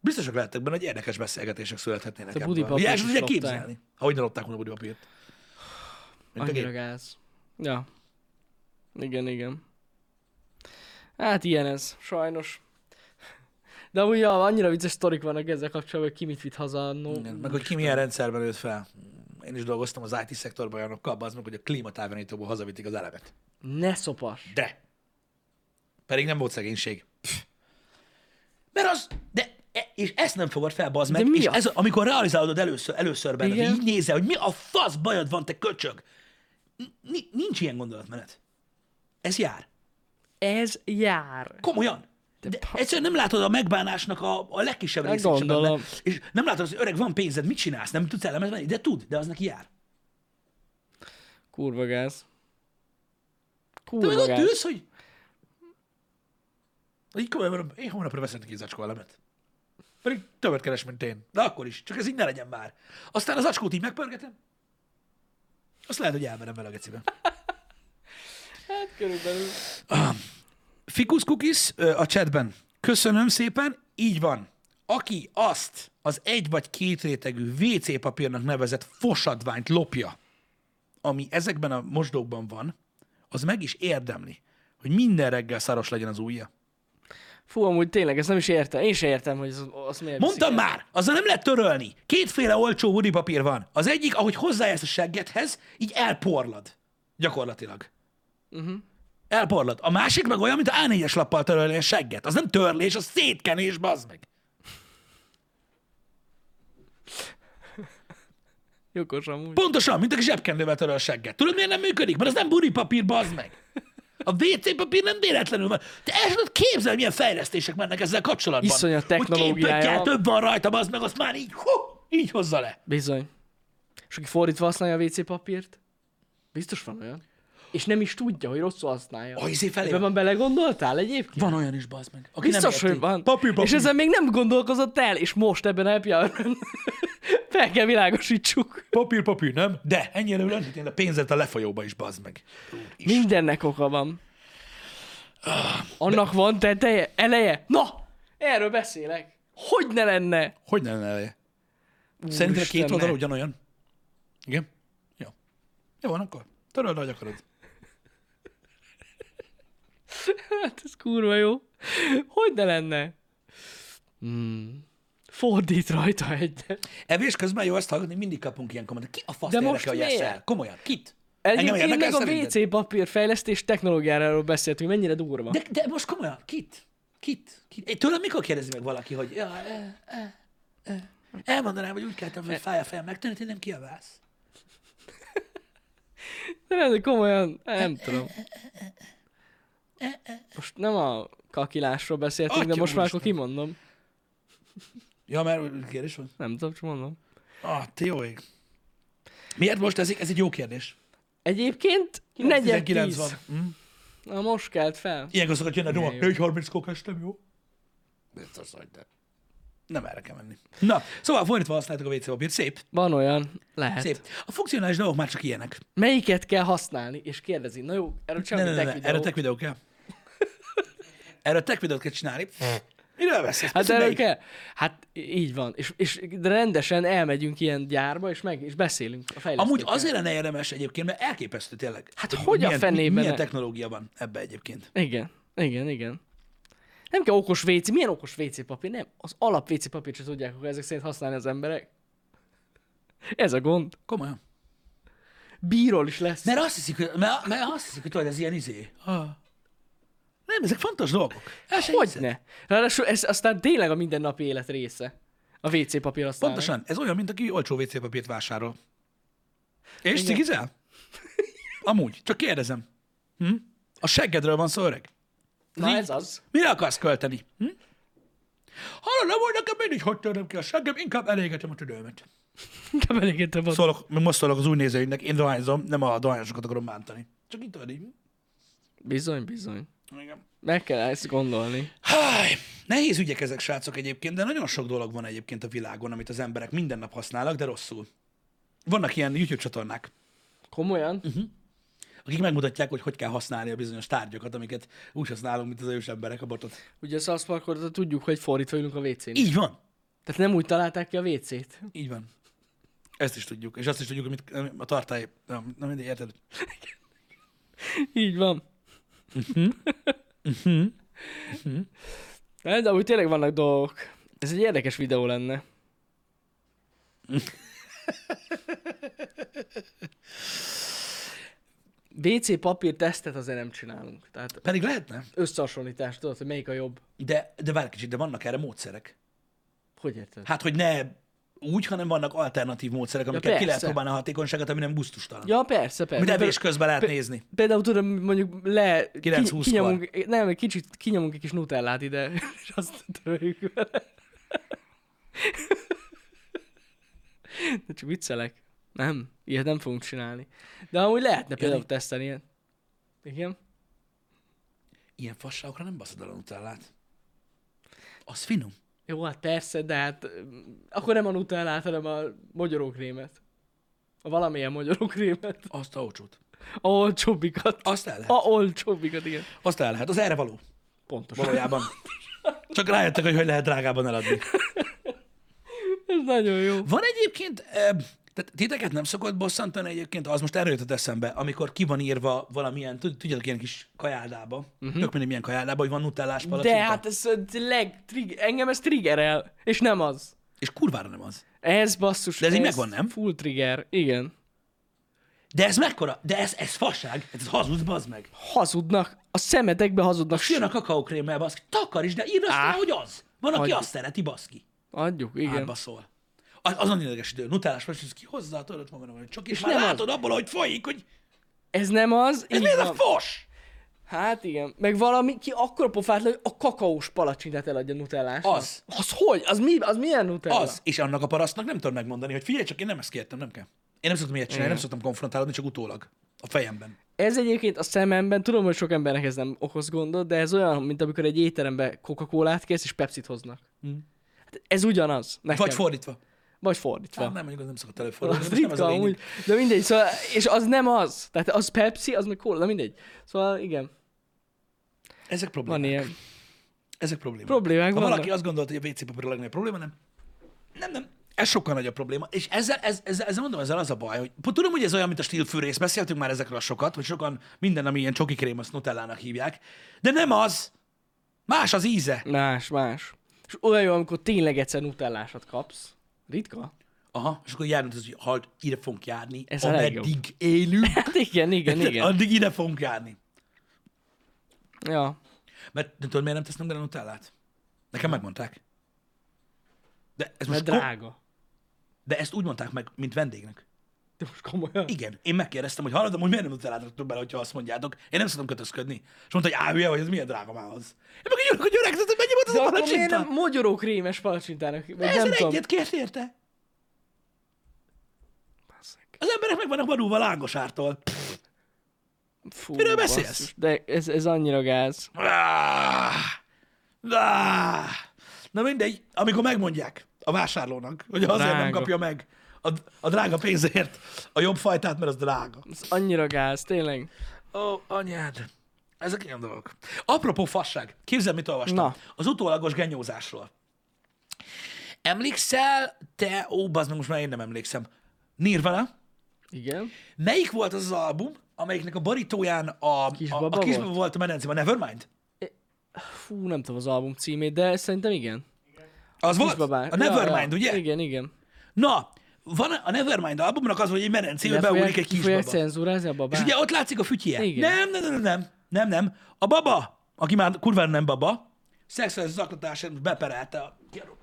Speaker 1: Biztosak lehettek benne, hogy érdekes beszélgetések születhetnének
Speaker 2: a budipapírt
Speaker 1: Ugye el
Speaker 2: is
Speaker 1: sem tudják
Speaker 2: lopták.
Speaker 1: képzelni, ha hogy ne lopták volna a budipapírt. Mint a
Speaker 2: Annyira
Speaker 1: gép.
Speaker 2: gáz. Ja. Igen, igen. Hát ilyen ez, sajnos. De amúgy ja, annyira vicces sztorik vannak ezzel kapcsolatban, hogy ki mit vitt haza annó.
Speaker 1: Igen, meg hogy ki milyen rendszerben nőtt fel. Én is dolgoztam az IT szektorban olyanokkal, az meg, hogy a klímatávirányítóból hazavitik az elemet.
Speaker 2: Ne szopas.
Speaker 1: De! Pedig nem volt szegénység. Pff. Mert az, de, e- és ezt nem fogad fel, bazd meg,
Speaker 2: De mi
Speaker 1: és
Speaker 2: a-
Speaker 1: ez, a- amikor realizálod először, először benne,
Speaker 2: Igen.
Speaker 1: hogy így nézel, hogy mi a fasz bajod van, te köcsög. Ni- nincs ilyen gondolatmenet. Ez jár.
Speaker 2: Ez jár.
Speaker 1: Komolyan. De egyszerűen nem látod a megbánásnak a, a legkisebb
Speaker 2: Hát
Speaker 1: részét sem
Speaker 2: gondolom.
Speaker 1: benne. És nem látod, hogy öreg, van pénzed, mit csinálsz? Nem tudsz elemet venni? De tud, de az neki jár.
Speaker 2: Kurva gáz.
Speaker 1: De még
Speaker 2: Kurva
Speaker 1: ott
Speaker 2: gáz.
Speaker 1: ülsz, hogy... Így komolyan mondom, én hónapra veszek neki egy zacskó elemet. Pedig többet keres, mint én. De akkor is. Csak ez így ne legyen már. Aztán az zacskót így megpörgetem. Azt lehet, hogy elmerem vele a gecibe.
Speaker 2: Hát körülbelül.
Speaker 1: Fikus Kukis ö, a chatben. Köszönöm szépen, így van. Aki azt az egy vagy két rétegű WC papírnak nevezett fosadványt lopja, ami ezekben a mosdókban van, az meg is érdemli, hogy minden reggel szaros legyen az ujja.
Speaker 2: Fú, amúgy tényleg, ezt nem is értem. Én sem értem, hogy az, azt miért viszik
Speaker 1: Mondtam
Speaker 2: el.
Speaker 1: már, azzal nem lehet törölni. Kétféle olcsó hoodie papír van. Az egyik, ahogy hozzáérsz a seggedhez, így elporlad. Gyakorlatilag. Uh-huh. Elporlad. A másik meg olyan, mint a A4-es lappal törölni a segget. Az nem törlés, az szétkenés, bazd meg.
Speaker 2: Jogos amúgy.
Speaker 1: Pontosan, mint aki zsebkendővel töröl a segget. Tudod, miért nem működik? Mert az nem buripapír, bazd meg. A WC papír nem véletlenül van. Te el tudod képzelni, milyen fejlesztések mennek ezzel kapcsolatban.
Speaker 2: Iszonyat
Speaker 1: Hogy
Speaker 2: technológiája
Speaker 1: két pöttyel
Speaker 2: van.
Speaker 1: több van rajta, bazd meg, azt már így, hú, így hozza le.
Speaker 2: Bizony. És aki fordítva használja a WC papírt, biztos van olyan. És nem is tudja, hogy rosszul használja.
Speaker 1: A izé felé
Speaker 2: Ebben
Speaker 1: van.
Speaker 2: már belegondoltál egyébként?
Speaker 1: Van olyan is, bazd meg. Aki
Speaker 2: Biztos,
Speaker 1: nem
Speaker 2: hogy
Speaker 1: érti.
Speaker 2: van.
Speaker 1: Papír, papír.
Speaker 2: És ezen még nem gondolkozott el, és most ebben a happy hour-ben (laughs) fel kell világosítsuk.
Speaker 1: Papír, papír, nem? De, ennyire lendítén a pénzet a lefolyóba is, bazd meg.
Speaker 2: Mindennek oka van. Annak van teteje, eleje. Na, erről beszélek. Hogy ne lenne?
Speaker 1: Hogy ne lenne eleje? Szerinted a
Speaker 2: Úristen,
Speaker 1: két oldal
Speaker 2: ne.
Speaker 1: ugyanolyan? Igen? Jó. Jó van, akkor töröld, ahogy akarod.
Speaker 2: Hát ez kurva jó. Hogy ne lenne? Hmm. Fordít rajta egyet.
Speaker 1: Evés közben jó ezt hallgatni, mindig kapunk ilyen kommentet. Ki a fasz
Speaker 2: De
Speaker 1: érdekel,
Speaker 2: most
Speaker 1: hogy
Speaker 2: miért?
Speaker 1: eszel? Komolyan, kit? Engem
Speaker 2: Egyébként
Speaker 1: érdekel
Speaker 2: meg a
Speaker 1: szerinted?
Speaker 2: WC papírfejlesztés technológiáról beszéltünk, mennyire durva.
Speaker 1: De, de most komolyan, kit? Kit? kit? Én tőlem mikor kérdezi meg valaki, hogy ja, e, e, e. elmondanám, hogy úgy keltem, hogy fáj a fejem, megtörtént, nem kiabálsz.
Speaker 2: De lehet, hogy komolyan, nem tudom. Most nem a kakilásról beszéltünk, de
Speaker 1: Atya
Speaker 2: most már
Speaker 1: úristen.
Speaker 2: akkor kimondom.
Speaker 1: Ja, mert kérdés van.
Speaker 2: Nem tudom, csak mondom.
Speaker 1: Ah, te jó ég. Miért most ez, ez egy jó kérdés?
Speaker 2: Egyébként negyed
Speaker 1: 19
Speaker 2: tíz.
Speaker 1: van. Mm.
Speaker 2: Na most kelt fel.
Speaker 1: Ilyenkor szokott jönni a duma.
Speaker 2: jó.
Speaker 1: 4.30 kok estem, jó? Biztos, hogy nem. Nem erre kell menni. Na, szóval fordítva használtuk a WC papírt. Szép,
Speaker 2: Van olyan, lehet.
Speaker 1: szép. A funkcionális dolgok már csak ilyenek.
Speaker 2: Melyiket kell használni? És kérdezi, na jó, erről
Speaker 1: Ne,
Speaker 2: csinálni
Speaker 1: ne, ne, ne.
Speaker 2: tech videót.
Speaker 1: Erre tech videó kell. Erre tech videót kell csinálni. Miről veszed?
Speaker 2: Hát erről kell? Hát í- így van. És, és de rendesen elmegyünk ilyen gyárba, és meg és beszélünk a fejlesztőkkel.
Speaker 1: Amúgy azért lenne érdemes egyébként, mert elképesztő tényleg.
Speaker 2: Hát hogy a
Speaker 1: milyen,
Speaker 2: fenében
Speaker 1: Milyen
Speaker 2: ne?
Speaker 1: technológia van ebbe egyébként?
Speaker 2: Igen, igen, igen. Nem kell okos WC, milyen okos WC papír? Nem, az alap WC papírt sem tudják akkor ezek szerint használni az emberek. Ez a gond.
Speaker 1: Komolyan.
Speaker 2: Bíról is lesz.
Speaker 1: Mert azt hiszik, hogy, mert, mert azt hiszik, hogy tudod, ez ilyen izé. Ah. Nem, ezek fontos dolgok. El se hiszed.
Speaker 2: Hogyne? Ráadásul ez aztán tényleg a mindennapi élet része. A WC papír aztán.
Speaker 1: Pontosan, ez olyan, mint aki olcsó WC papírt vásárol. És cigizel? Amúgy, csak kérdezem. Hm? A seggedről van szó, öreg?
Speaker 2: Na ez az.
Speaker 1: Mire akarsz költeni? Hm? Hallod, nem volt nekem mindig, hogy töröm ki a seggem, inkább elégetem a tüdőmet.
Speaker 2: Inkább elégettem a...
Speaker 1: Szólok, most szólok az új nézőinknek, én dohányzom, nem a dohányosokat akarom bántani. Csak itt tudod így. hm?
Speaker 2: Bizony, bizony.
Speaker 1: Igen.
Speaker 2: Meg kell ezt
Speaker 1: Mhm.
Speaker 2: gondolni.
Speaker 1: Háj, nehéz ügyek ezek, srácok, egyébként, de nagyon sok dolog van egyébként a világon, amit az emberek minden nap használnak, de rosszul. Vannak ilyen YouTube csatornák,
Speaker 2: Komolyan?
Speaker 1: Mhm. akik megmutatják, hogy hogy kell használni a bizonyos tárgyakat, amiket úgy használunk, mint az ős emberek a botot.
Speaker 2: Ugye a South Park óta tudjuk, hogy fordítva ülünk a WC-n.
Speaker 1: Így van.
Speaker 2: Tehát nem úgy találták ki a WC-t.
Speaker 1: Így van. Ezt is tudjuk. És azt is tudjuk, hogy mit a tartály... Nem, nem mindegy, érted?
Speaker 2: (laughs) Így van. De, de amúgy tényleg vannak dolgok. Ez egy érdekes videó lenne. WC papír tesztet azért nem csinálunk. Tehát
Speaker 1: Pedig lehetne.
Speaker 2: összehasonlítást tudod, hogy melyik a jobb.
Speaker 1: De, de várj kicsit, de vannak erre módszerek.
Speaker 2: Hogy érted?
Speaker 1: Hát, hogy ne úgy, hanem vannak alternatív módszerek, amikkel ki lehet
Speaker 2: persze.
Speaker 1: próbálni a hatékonyságot, ami nem gusztustalan. Ja,
Speaker 2: Ja, persze, persze.
Speaker 1: Mint evés
Speaker 2: Például-
Speaker 1: közben lehet
Speaker 2: pe-
Speaker 1: nézni.
Speaker 2: Például tudom, mondjuk le... ki-
Speaker 1: 9-20-kor.
Speaker 2: kinyomunk, nem, egy kicsit kinyomunk egy kis nutellát ide, (laughs) és azt töröljük vele. (laughs) De csak viccelek. Nem, ilyet nem fogunk csinálni. De amúgy lehetne például teszteni ilyen. Igen?
Speaker 1: ilyen fasságokra nem baszod el a nutellát. Az finom.
Speaker 2: Jó, hát persze, de hát mm, akkor nem a nutellát, hanem a magyarókrémet. A valamilyen magyarókrémet.
Speaker 1: Azt a olcsót.
Speaker 2: A olcsóbbikat.
Speaker 1: Azt el lehet.
Speaker 2: A olcsóbbikat, igen.
Speaker 1: Azt el lehet. Az erre való.
Speaker 2: Pontosan. (laughs)
Speaker 1: Valójában. Csak rájöttek, hogy hogy lehet drágában eladni.
Speaker 2: Ez nagyon jó.
Speaker 1: Van egyébként, ö, tehát titeket nem szokott bosszantani egyébként, az most erről jutott eszembe, amikor ki van írva valamilyen, tud- tudjátok, ilyen kis kajádába, uh-huh. tök mindegy milyen kajádába, hogy van nutellás palacsinta.
Speaker 2: Mhm. De hát ez a leg, trig, engem ez triggerel, és nem az.
Speaker 1: És kurvára nem az.
Speaker 2: Ez basszus.
Speaker 1: De ez így megvan, nem?
Speaker 2: Full trigger, igen.
Speaker 1: De ez mekkora? De ez, ez fasság, ez hazudsz, bazd meg.
Speaker 2: Hazudnak, a szemetekbe hazudnak.
Speaker 1: Jön a kakaókrémmel, baszki, takaríts, de írd azt rá, hogy az. Van, aki
Speaker 2: Hagyjuk.
Speaker 1: azt szereti, baszki.
Speaker 2: Adjuk, igen.
Speaker 1: Átbaszol. Az, azon idegesítő, nutellás palacsinta, ki hozzá, tudod magadom, hogy csak, és már
Speaker 2: nem az.
Speaker 1: látod abból, hogy folyik, hogy
Speaker 2: Ez nem az,
Speaker 1: ez
Speaker 2: így
Speaker 1: miért a
Speaker 2: van.
Speaker 1: fos?
Speaker 2: Hát igen. Meg valami, ki akkor pofát lő, hogy a kakaós palacsintát eladja nutellás.
Speaker 1: Az.
Speaker 2: Az hogy? Az, mi, az milyen nutella?
Speaker 1: Az, és annak a parasztnak nem tudod megmondani, hogy figyelj csak, én nem ezt kértem, nem kell. Én nem szoktam ilyet csinálni, nem szoktam konfrontálódni, csak utólag. A fejemben.
Speaker 2: Ez egyébként a szememben, tudom, hogy sok embernek ez nem okoz gondot, de ez olyan, mint amikor egy étterembe Coca-Colát kérsz, és Pepsit hoznak. Hát ez ugyanaz. Nekem.
Speaker 1: Hm. Vagy fordítva.
Speaker 2: Vagy fordítva.
Speaker 1: Hát nem, mondjuk az nem szokott előfordulni.
Speaker 2: Az
Speaker 1: most nem ez
Speaker 2: ritka
Speaker 1: a lényeg.
Speaker 2: amúgy, de mindegy, szóval, és az nem az. Tehát az Pepsi, az meg cola, de mindegy. Szóval igen,
Speaker 1: Ezek
Speaker 2: van
Speaker 1: problémák.
Speaker 2: ilyen.
Speaker 1: Ezek problémák.
Speaker 2: Problémák
Speaker 1: ha valaki
Speaker 2: vannak.
Speaker 1: azt gondolta, hogy a WC papír a legnagyobb probléma, nem. Nem, nem. Ez sokkal nagyobb probléma. És ezzel, ez, ezzel, ezzel mondom, ezzel az a baj, hogy tudom, hogy ez olyan, mint a stílfűrész, beszéltünk már ezekről sokat, hogy sokan minden, ami ilyen csoki krém, azt nutellának hívják, de nem az. Más az íze.
Speaker 2: Más, más. És olyan jó, amikor tényleg egyszer nutellásat kapsz. Ritka?
Speaker 1: Aha, és akkor járnunk, hogy halt, ide fogunk járni,
Speaker 2: Ez
Speaker 1: Ez
Speaker 2: a legjobb.
Speaker 1: ameddig élünk,
Speaker 2: Hát igen, (laughs) igen, (laughs) igen.
Speaker 1: addig ide fogunk járni.
Speaker 2: Ja.
Speaker 1: Mert de tudod, miért nem tesznek bele nutellát? Nekem megmondták. De, ez
Speaker 2: Mert
Speaker 1: most kom-
Speaker 2: drága.
Speaker 1: de ezt úgy mondták meg, mint vendégnek.
Speaker 2: De most komolyan.
Speaker 1: Igen, én megkérdeztem, hogy hallottam, hogy miért nem nutellát raktok bele, hogyha azt mondjátok. Én nem szoktam kötözködni. És mondta, hogy á, hülye, hogy ez milyen drága már az. Én meg így örülök, hogy öreg, hogy mennyi volt az
Speaker 2: De
Speaker 1: a
Speaker 2: akkor miért nem
Speaker 1: palacsinta?
Speaker 2: magyarókrémes palacsintának? Vagy nem
Speaker 1: Ezer
Speaker 2: tudom.
Speaker 1: egyet kért érte.
Speaker 2: Basszak.
Speaker 1: Az emberek meg vannak vadulva lángosártól. Pff,
Speaker 2: Fú,
Speaker 1: Miről beszélsz?
Speaker 2: basszus, De ez, ez annyira gáz.
Speaker 1: Ah, ah. Na mindegy, amikor megmondják a vásárlónak, hogy azért nem
Speaker 2: Drága.
Speaker 1: kapja meg a, a drága pénzért a jobb fajtát, mert az drága.
Speaker 2: Ez annyira gáz, tényleg.
Speaker 1: Ó, anyád. Ezek ilyen dolgok. Apropó fasság, képzeld, mit olvastam.
Speaker 2: Na.
Speaker 1: Na. Az utólagos genyózásról. Emlékszel te, ó, bazd meg, most már én nem emlékszem. Nirvana,
Speaker 2: Igen.
Speaker 1: melyik volt az az album, amelyiknek a baritóján a
Speaker 2: Kisbaba
Speaker 1: a, a kisbaba
Speaker 2: volt?
Speaker 1: volt? volt a medencében? Nevermind?
Speaker 2: Fú, nem tudom az album címét, de szerintem igen.
Speaker 1: Az volt?
Speaker 2: Kisbabák.
Speaker 1: A Nevermind, ugye?
Speaker 2: Igen, igen.
Speaker 1: Na, van a Nevermind albumnak az, hogy egy merencébe
Speaker 2: Le fogják-
Speaker 1: beugrik egy
Speaker 2: ki fogják
Speaker 1: kisbaba.
Speaker 2: cenzúrázni a
Speaker 1: És
Speaker 2: babát?
Speaker 1: ugye ott látszik a fütye.
Speaker 2: Igen.
Speaker 1: Nem, nem, nem, nem, nem, nem. A baba, aki már kurvára nem baba, szexuális zaklatásért beperelte a gyerek.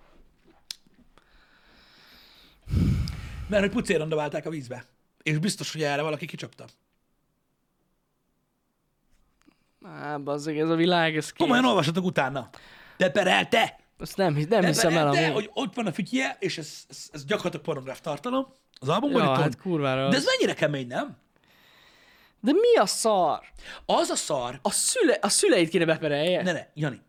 Speaker 1: Mert hogy pucéron dobálták a vízbe. És biztos, hogy erre valaki kicsapta.
Speaker 2: Á, bazzeg, ez a világ, ez kész.
Speaker 1: Komolyan olvasatok utána. Beperelte!
Speaker 2: Azt nem, hisz, nem hiszem el
Speaker 1: Beperelte,
Speaker 2: amúgy.
Speaker 1: hogy ott van a fütye, és ez, ez, ez gyakorlatilag pornográf tartalom. Az albumban
Speaker 2: Ja,
Speaker 1: ja,
Speaker 2: hát kurvára.
Speaker 1: De
Speaker 2: De,
Speaker 1: ez mennyire kemény, nem?
Speaker 2: de mi a szar?
Speaker 1: Az a szar...
Speaker 2: A, szüle, a szüleit kéne beperelje?
Speaker 1: Ne, ne, Jani.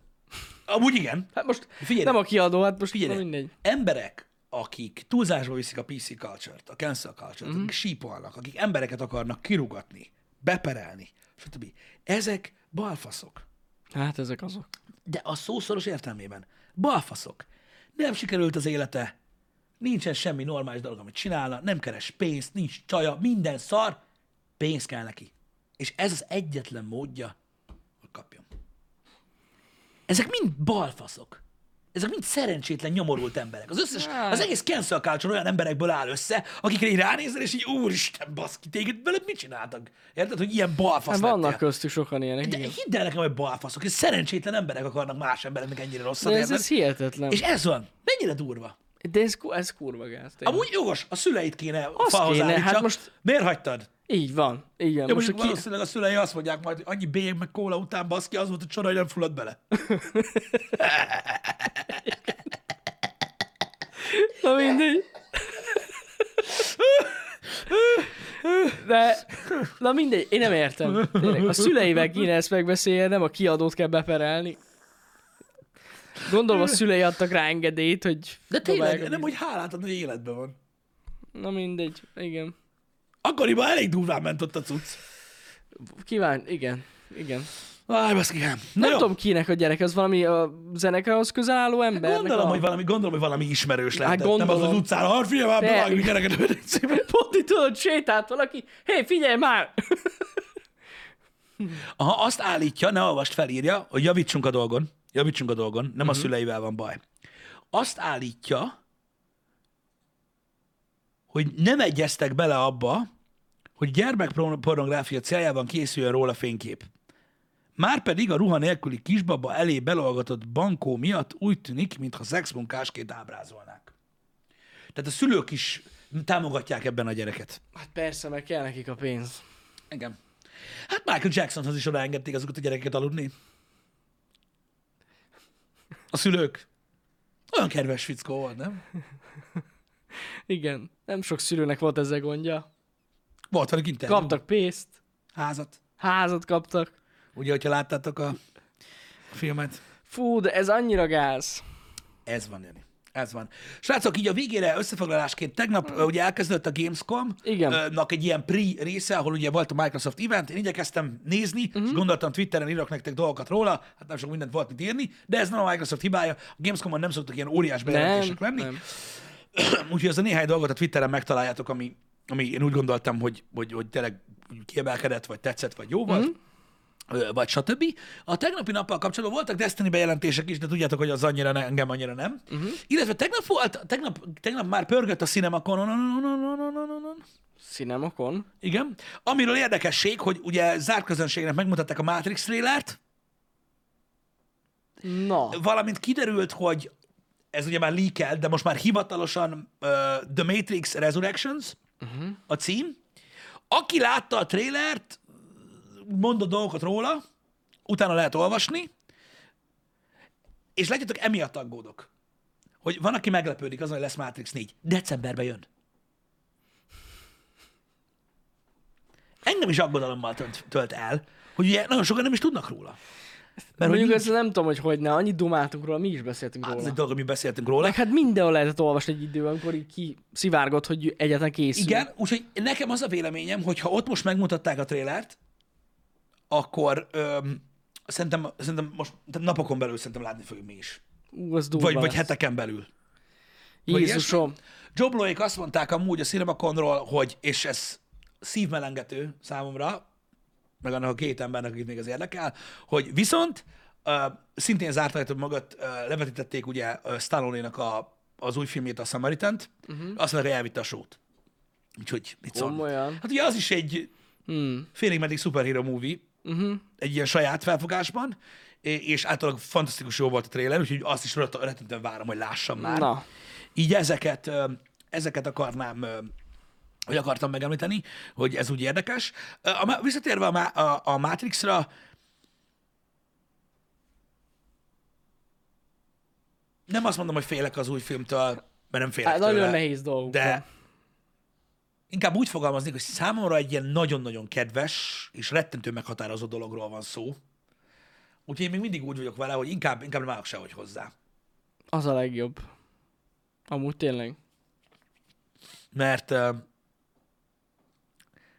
Speaker 1: Amúgy igen.
Speaker 2: Hát most
Speaker 1: Figyelj.
Speaker 2: nem a kiadó, hát most
Speaker 1: Figyelj,
Speaker 2: na mindegy.
Speaker 1: emberek, akik túlzásba viszik a PC culture-t, a cancel culture-t,
Speaker 2: Mhm.
Speaker 1: akik sípolnak, akik embereket akarnak kirugatni, beperelni, stb. Ezek balfaszok.
Speaker 2: Hát ezek azok.
Speaker 1: De a szószoros értelmében. Balfaszok. Nem sikerült az élete, nincsen semmi normális dolog, amit csinálna, nem keres pénzt, nincs csaja, minden szar, pénz kell neki. És ez az egyetlen módja, hogy kapjon. Ezek mind balfaszok. Ezek mind szerencsétlen, nyomorult emberek. Az összes, az egész cancel culture olyan emberekből áll össze, akikre így ránézel, és így úristen, baszki, téged veled mit csináltak? Érted, hogy ilyen balfasz
Speaker 2: Hát vannak
Speaker 1: lettél?
Speaker 2: köztük sokan ilyenek,
Speaker 1: De
Speaker 2: igen.
Speaker 1: hidd el nekem, hogy balfaszok, és szerencsétlen emberek akarnak más embereknek ennyire rosszat
Speaker 2: De ez,
Speaker 1: érted?
Speaker 2: ez hihetetlen.
Speaker 1: És ez van. Mennyire durva.
Speaker 2: De ez, ku- ez kurva gáz. tényleg.
Speaker 1: Amúgy jogos, a szüleit kéne
Speaker 2: Azt
Speaker 1: falhoz
Speaker 2: kéne,
Speaker 1: állítsa.
Speaker 2: hát most-
Speaker 1: Miért hagytad?
Speaker 2: Így van. Így van.
Speaker 1: Ja,
Speaker 2: most
Speaker 1: most
Speaker 2: a ki...
Speaker 1: valószínűleg a szülei azt mondják majd, hogy annyi bélyeg meg kóla után baszki, az volt a csoda, hogy nem fullad bele.
Speaker 2: Na mindegy. De, na mindegy, én nem értem. Tényleg, a szüleivel kéne ezt megbeszélje, nem a kiadót kell beperelni. Gondolom a szülei adtak rá engedélyt, hogy...
Speaker 1: De tényleg,
Speaker 2: dobálják a-
Speaker 1: nem, hogy hálát ad, hogy életben van.
Speaker 2: Na mindegy, igen.
Speaker 1: Akkoriban elég durván ment ott a cucc.
Speaker 2: Kíván, igen. Igen.
Speaker 1: Áj, baszki, nem. Na
Speaker 2: Nem
Speaker 1: jó.
Speaker 2: tudom kinek a gyerek, az valami a zenekarhoz közel álló ember.
Speaker 1: Gondolom, hogy valami, gondolom, hogy valami ismerős lehetett.
Speaker 2: Hát gondolom.
Speaker 1: Nem az az utcán, ha figyelj már,
Speaker 2: De-
Speaker 1: bevágni kereket a
Speaker 2: Pont itt tudod, sétált valaki, hé, hey, figyelj már!
Speaker 1: Aha, azt állítja, ne olvast, felírja, hogy javítsunk a dolgon. Javítsunk a dolgon, nem a szüleivel van baj. Azt állítja, hogy nem egyeztek bele abba, hogy gyermekpornográfia céljában készüljön róla fénykép. Márpedig a ruha nélküli kisbaba elé belolgatott bankó miatt úgy tűnik, mintha szexmunkásként ábrázolnák. Tehát a szülők is támogatják ebben a gyereket.
Speaker 2: Hát persze, meg kell nekik a pénz.
Speaker 1: Igen. Hát Michael Jacksonhoz is odaengedték azokat a gyerekeket aludni. A szülők. Olyan kedves fickó volt, nem?
Speaker 2: Igen, nem sok szülőnek volt ezzel gondja.
Speaker 1: Volt velük interjú.
Speaker 2: Kaptak pénzt,
Speaker 1: Házat.
Speaker 2: házat kaptak.
Speaker 1: Ugye, hogyha láttátok a filmet.
Speaker 2: Fú, de ez annyira gáz.
Speaker 1: Ez van, Jani. Ez van. Srácok, így a végére összefoglalásként tegnap ö, ugye elkezdődött a Gamescom,
Speaker 2: Hmm. Igen.
Speaker 1: ö, nak egy ilyen pre része, ahol ugye volt a Microsoft event, én igyekeztem nézni,
Speaker 2: Mhm.
Speaker 1: uh-huh. és gondoltam Twitteren írok nektek dolgokat róla, hát nem sok mindent volt mit írni, de ez nem a Microsoft hibája, a Gamescomon nem szoktak ilyen óriás
Speaker 2: Nem,
Speaker 1: bejelentések lenni,
Speaker 2: nem.
Speaker 1: Úgyhogy az a néhány dolgot a Twitteren megtaláljátok, ami, ami én úgy gondoltam, hogy, hogy, hogy tényleg kiemelkedett, vagy tetszett, vagy jó volt, mm-hmm. vagy stb. A tegnapi nappal kapcsolatban voltak Destiny bejelentések is, de tudjátok, hogy az annyira ne, engem annyira nem. Mm-hmm. Illetve tegnap, volt, tegnap, tegnap már pörgött a Cinemaconon,
Speaker 2: Cinemakon?
Speaker 1: igen, amiről érdekesség, hogy ugye zárt közönségnek megmutatták a Matrix trailert,
Speaker 2: Na,
Speaker 1: valamint kiderült, hogy ez ugye már leakelt, de most már hivatalosan uh, The Matrix Resurrections uh-huh. a cím. Aki látta a trélert, mondott dolgokat róla, utána lehet olvasni, és legyetek emiatt aggódok, hogy van, aki meglepődik azon, hogy lesz Matrix 4. Decemberben jön. Engem is aggodalommal tölt, tölt el, hogy ugye nagyon sokan nem is tudnak róla. Mert hogy Hát,
Speaker 2: mondjuk ezt nem tudom, hogy hogy ne, annyit dumáltunk róla, mi is beszéltünk
Speaker 1: ez
Speaker 2: róla.
Speaker 1: egy dolog, amit beszéltünk róla.
Speaker 2: Meg hát mindenhol lehetett olvasni egy idő, amikor így ki szivárgott, hogy egyetlen készül.
Speaker 1: Igen, úgyhogy nekem az a véleményem, hogy ha ott most megmutatták a trélert, akkor öm, szerintem, szerintem most tehát napokon belül szerintem látni fogjuk mi is.
Speaker 2: Ú, az durva
Speaker 1: Vagy, vagy
Speaker 2: lesz.
Speaker 1: heteken belül. vagy
Speaker 2: Jézusom.
Speaker 1: Joe Blowék azt mondták amúgy a Cinemaconról, hogy, és ez szívmelengető számomra, meg annak a két embernek, akit még az érdekel, hogy viszont uh, szintén zárt ajtók mögött uh, levetítették ugye uh, stallone a, az új filmjét, a Samaritant,
Speaker 2: Mhm.
Speaker 1: uh-huh. azt mondták, hogy elvitte a sót. Úgyhogy mit szólnak?
Speaker 2: Komolyan.
Speaker 1: Hát ugye az is egy
Speaker 2: Hmm. Mhm.
Speaker 1: félig meddig szuperhíró movie, uh-huh. egy ilyen saját felfogásban, é- és általában fantasztikus jó volt a trailer, úgyhogy azt is ret- rettentően várom, hogy lássam már.
Speaker 2: Na.
Speaker 1: Így ezeket, ö, ezeket akarnám ö, hogy akartam megemlíteni, hogy ez úgy érdekes. Ö, A, Ma- visszatérve a, Ma- a, a Matrixra, nem azt mondom, hogy félek az új filmtől, mert nem félek
Speaker 2: Hát nagyon
Speaker 1: tőle.
Speaker 2: nehéz dolgok.
Speaker 1: De inkább úgy fogalmaznék, hogy számomra egy ilyen nagyon-nagyon kedves és rettentő meghatározó dologról van szó. Úgyhogy én még mindig úgy vagyok vele, hogy inkább, inkább nem állok sehogy hozzá.
Speaker 2: Az a legjobb. Amúgy tényleg.
Speaker 1: Mert, ö,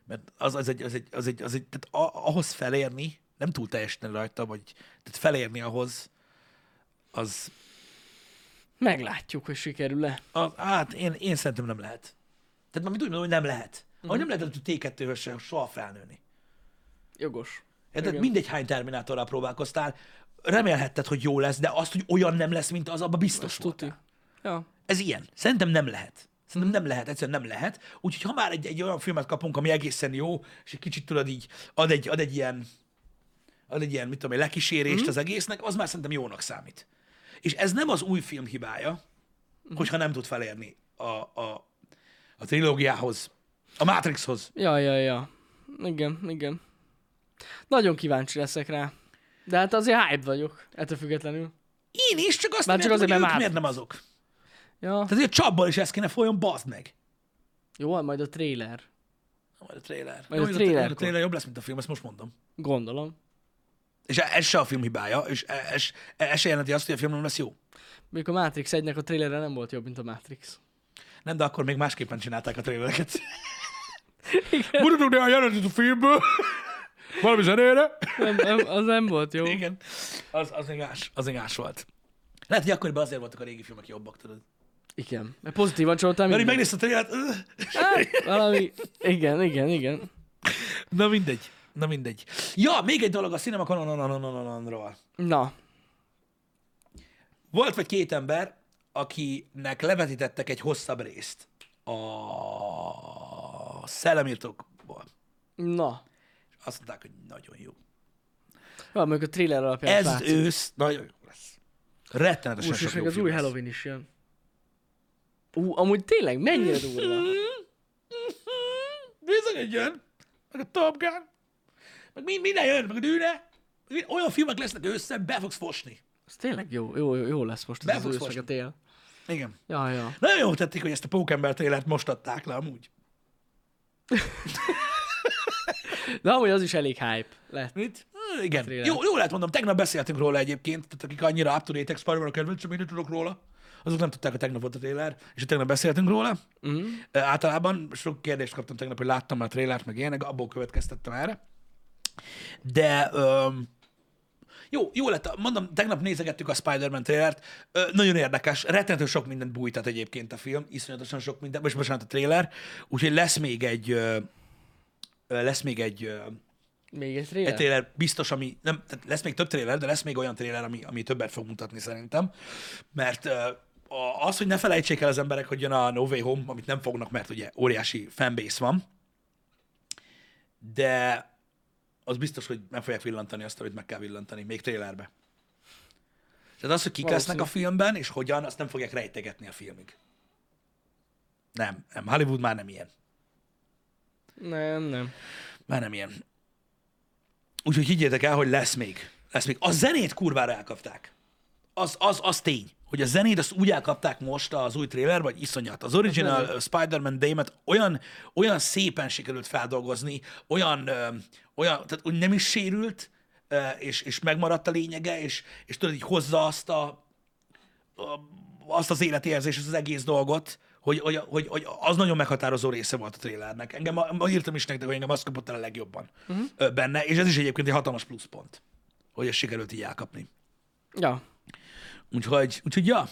Speaker 1: mert az, az, egy, az, egy, az, egy, az egy, tehát a, ahhoz felérni, nem túl teljesen rajta, vagy tehát felérni ahhoz, az,
Speaker 2: Meglátjuk, hogy sikerül-e.
Speaker 1: az hát én, én szerintem nem lehet. Tehát amit úgy mondom, hogy nem lehet. Mm. Ahogy nem lehetett a T2-höz sem soha felnőni.
Speaker 2: Jogos.
Speaker 1: Érted?
Speaker 2: Igen.
Speaker 1: Mindegyhány Terminátorral próbálkoztál, remélhetted, hogy jó lesz, de azt, hogy olyan nem lesz, mint az, abban biztos volt.
Speaker 2: Tuti. Ja.
Speaker 1: Ez ilyen. Szerintem nem lehet. Szerintem nem lehet, egyszerűen nem lehet. Úgyhogy ha már egy, egy olyan filmet kapunk, ami egészen jó, és egy kicsit tudod így, ad egy, ad egy ilyen, ad egy ilyen, mit tudom én, lekísérést
Speaker 2: Mhm.
Speaker 1: az egésznek, az már szerintem jónak számít. És ez nem az új film hibája,
Speaker 2: Mhm.
Speaker 1: hogyha nem tud felérni a, a, a trilógiához, a Matrixhoz.
Speaker 2: Ja, ja, ja. Igen, igen. Nagyon kíváncsi leszek rá. De hát azért hype vagyok, ettől függetlenül.
Speaker 1: Én is, csak azt
Speaker 2: Már
Speaker 1: nem
Speaker 2: csak
Speaker 1: értem,
Speaker 2: azért,
Speaker 1: hogy
Speaker 2: mert
Speaker 1: ők
Speaker 2: Matrix.
Speaker 1: miért nem azok.
Speaker 2: Ja.
Speaker 1: Tehát, hogy a csapból is ez kéne folyjon, bazd meg.
Speaker 2: Jó, majd a trailer.
Speaker 1: Majd a trailer.
Speaker 2: Majd a
Speaker 1: Jó,
Speaker 2: trailerkor.
Speaker 1: a trailer jobb lesz, mint a film, ezt most mondom.
Speaker 2: Gondolom.
Speaker 1: És ez se a film hibája, és e, ez, ez se jelenti azt, hogy a film nem lesz jó.
Speaker 2: Még a Matrix 1-nek a trailere nem volt jobb, mint a Matrix.
Speaker 1: Nem, de akkor még másképpen csinálták a trailereket. Mutatok néhány jelenetet a filmből. Valami zenére.
Speaker 2: Nem, nem, az nem volt jó.
Speaker 1: Igen. Az, az, még más, az még más volt. Lehet, hogy akkoriban azért voltak a régi filmek jobbak, tudod.
Speaker 2: Igen. Mert pozitívan csaltál
Speaker 1: Mert így
Speaker 2: mindent.
Speaker 1: megnézte a trailert. öh.
Speaker 2: Hát, valami... Igen, igen, igen.
Speaker 1: Na mindegy. Na mindegy. Ja, még egy dolog a Cinema Canonon-ról.
Speaker 2: Na,
Speaker 1: Volt vagy két ember, akinek levetítettek egy hosszabb részt a szellemírtókból.
Speaker 2: na.
Speaker 1: És Azt mondták, hogy nagyon jó.
Speaker 2: Valamelyik a trailer alapján
Speaker 1: Ez
Speaker 2: látszik.
Speaker 1: ősz nagyon jó lesz. Rettenetesen
Speaker 2: Most
Speaker 1: sok
Speaker 2: is
Speaker 1: jó
Speaker 2: még az
Speaker 1: film
Speaker 2: új
Speaker 1: lesz.
Speaker 2: Halloween is jön. Ú, amúgy tényleg mennyire
Speaker 1: (laughs)
Speaker 2: durva.
Speaker 1: Bizony, hogy jön. Meg a Top Gun. Meg mind, minden jön, meg a dűne. Mind- Olyan filmek lesznek össze, be fogsz fosni.
Speaker 2: Ez tényleg jó, jó, jó, jó lesz most
Speaker 1: Be
Speaker 2: ez az
Speaker 1: fogsz
Speaker 2: ősz meg a
Speaker 1: fosni.
Speaker 2: tél.
Speaker 1: Igen.
Speaker 2: Ja, ja.
Speaker 1: Nagyon jól tették, hogy ezt a Pókember télert most adták le amúgy.
Speaker 2: De amúgy az is elég hype lett.
Speaker 1: Mit? Igen.
Speaker 2: Thriller.
Speaker 1: Jó, jó lehet mondom, tegnap beszéltünk róla egyébként, tehát akik annyira up to date Xparban a kedvenc, csak én tudok róla. Azok nem tudták, hogy tegnap volt a trailer, és hogy tegnap beszéltünk róla.
Speaker 2: Mhm.
Speaker 1: Ö, Általában sok kérdést kaptam tegnap, hogy láttam már a trailert, meg ilyenek, abból következtettem erre. De öm, jó, jó lett. Mondom, tegnap nézegettük a Spider-Man trailert. Ö, nagyon érdekes. Rettenető sok mindent bújtat egyébként a film. Iszonyatosan sok mindent. Most bocsánat, a trailer. Úgyhogy lesz még egy... Ö, ö, lesz még egy... Ö,
Speaker 2: Még egy
Speaker 1: egy
Speaker 2: trailer?
Speaker 1: trailer biztos, ami, nem, tehát lesz még több trailer, de lesz még olyan trailer, ami, ami többet fog mutatni szerintem, mert ö, a- az, hogy ne felejtsék el az emberek, hogy jön a No Way Home, amit nem fognak, mert ugye óriási fanbase van, de az biztos, hogy meg fogják villantani azt, amit meg kell villantani, még trailerbe. Tehát az, hogy kik lesznek a filmben, és hogyan, azt nem fogják rejtegetni a filmig. Nem, nem, Hollywood már nem ilyen.
Speaker 2: Nem, nem.
Speaker 1: Már nem ilyen. Úgyhogy higgyétek el, hogy lesz még. Lesz még. A zenét kurvára elkapták. Az, az, az tény, hogy a zenét azt úgy elkapták most az új trailer, vagy iszonyat. Az original
Speaker 2: menő.
Speaker 1: ö, Spider-Man Dame-et olyan, olyan szépen sikerült feldolgozni, olyan, ö, olyan tehát úgy nem is sérült, ö, és, és megmaradt a lényege, és, és tudod, így hozza azt a, azt az életérzés, az, az egész dolgot, hogy, hogy, hogy, hogy az nagyon meghatározó része volt a trélernek. Engem, ma írtam is nektek, hogy engem azt kapott el a legjobban uh-huh. benne, és ez is egyébként egy hatalmas pluszpont, hogy ezt sikerült így elkapni.
Speaker 2: Ja.
Speaker 1: Úgyhogy, úgyhogy ja,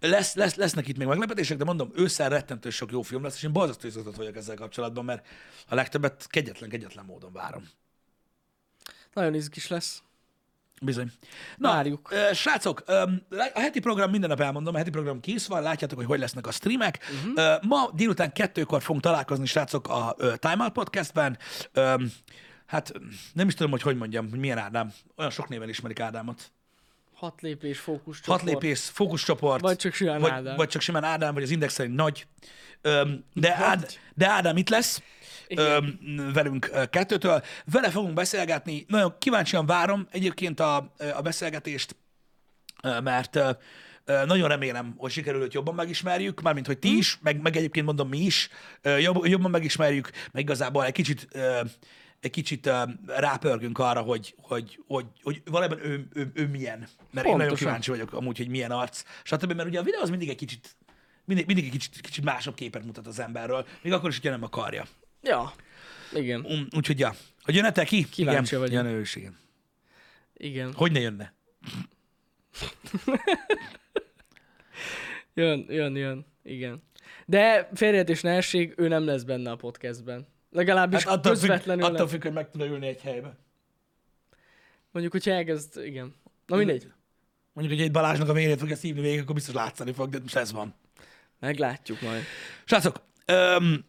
Speaker 1: lesz, lesz, lesznek itt még meglepetések, de mondom, ősszel rettentő sok jó film lesz, és én balzasztó izgatott vagyok ezzel kapcsolatban, mert a legtöbbet kegyetlen-kegyetlen módon várom.
Speaker 2: Nagyon izgis lesz.
Speaker 1: Bizony. Na,
Speaker 2: Várjuk.
Speaker 1: Ö, srácok, ö, a heti program minden nap elmondom, a heti program kész van, látjátok, hogy hogy lesznek a streamek.
Speaker 2: Mhm.
Speaker 1: Uh-huh. Ö, ma délután kettőkor fogunk találkozni, srácok, a ö, Time Out Podcastben. Ö, hát nem is tudom, hogy hogy mondjam, hogy milyen Ádám. Olyan sok néven ismerik Ádámot.
Speaker 2: Hat lépés, fókusz
Speaker 1: Hat
Speaker 2: csoport.
Speaker 1: lépés, fókuszcsoport.
Speaker 2: Vagy csak simán
Speaker 1: vagy,
Speaker 2: Ádám.
Speaker 1: Vagy csak simán Ádám, vagy az Index szerint nagy. Ö, de, Ád, de Ádám itt lesz ö, velünk ö, kettőtől. Vele fogunk beszélgetni. Nagyon kíváncsian várom egyébként a, a beszélgetést, ö, mert ö, ö, nagyon remélem, hogy sikerül őt jobban megismerjük, mármint, hogy
Speaker 2: Mhm.
Speaker 1: ti is, meg, meg egyébként mondom mi is, ö, jobb, jobban megismerjük, meg igazából egy kicsit, ö, egy kicsit ö, rápörgünk arra, hogy, hogy, hogy, hogy valójában ő, ő, ő milyen. Mert én nagyon
Speaker 2: Pontosan.
Speaker 1: kíváncsi vagyok amúgy, hogy milyen arc, stb. Mert ugye a videó az mindig egy kicsit, mindig, mindig egy kicsit, kicsit másabb képet mutat az emberről, még akkor is, hogyha nem akarja.
Speaker 2: Ja. Igen.
Speaker 1: Um, úgyhogy, ja. Hogy jönne te ki?
Speaker 2: Kíváncsi
Speaker 1: igen.
Speaker 2: vagyok.
Speaker 1: Jön ő is, igen.
Speaker 2: Igen.
Speaker 1: Hogy ne jönne?
Speaker 2: Jön, jön, jön. Igen. De félreértés ne essék, ő nem lesz benne a podcastben. Legalábbis
Speaker 1: Hát
Speaker 2: hát
Speaker 1: attól, függ,
Speaker 2: közvetlenül nem.
Speaker 1: attól függ, hogy meg tud ülni egy helybe.
Speaker 2: Mondjuk, hogyha elkezd, igen. Na mindegy.
Speaker 1: Mondjuk, hogy egy Balázsnak a vérét fogja szívni végig, akkor biztos látszani fog, de most ez van.
Speaker 2: Meglátjuk majd.
Speaker 1: Srácok, öm,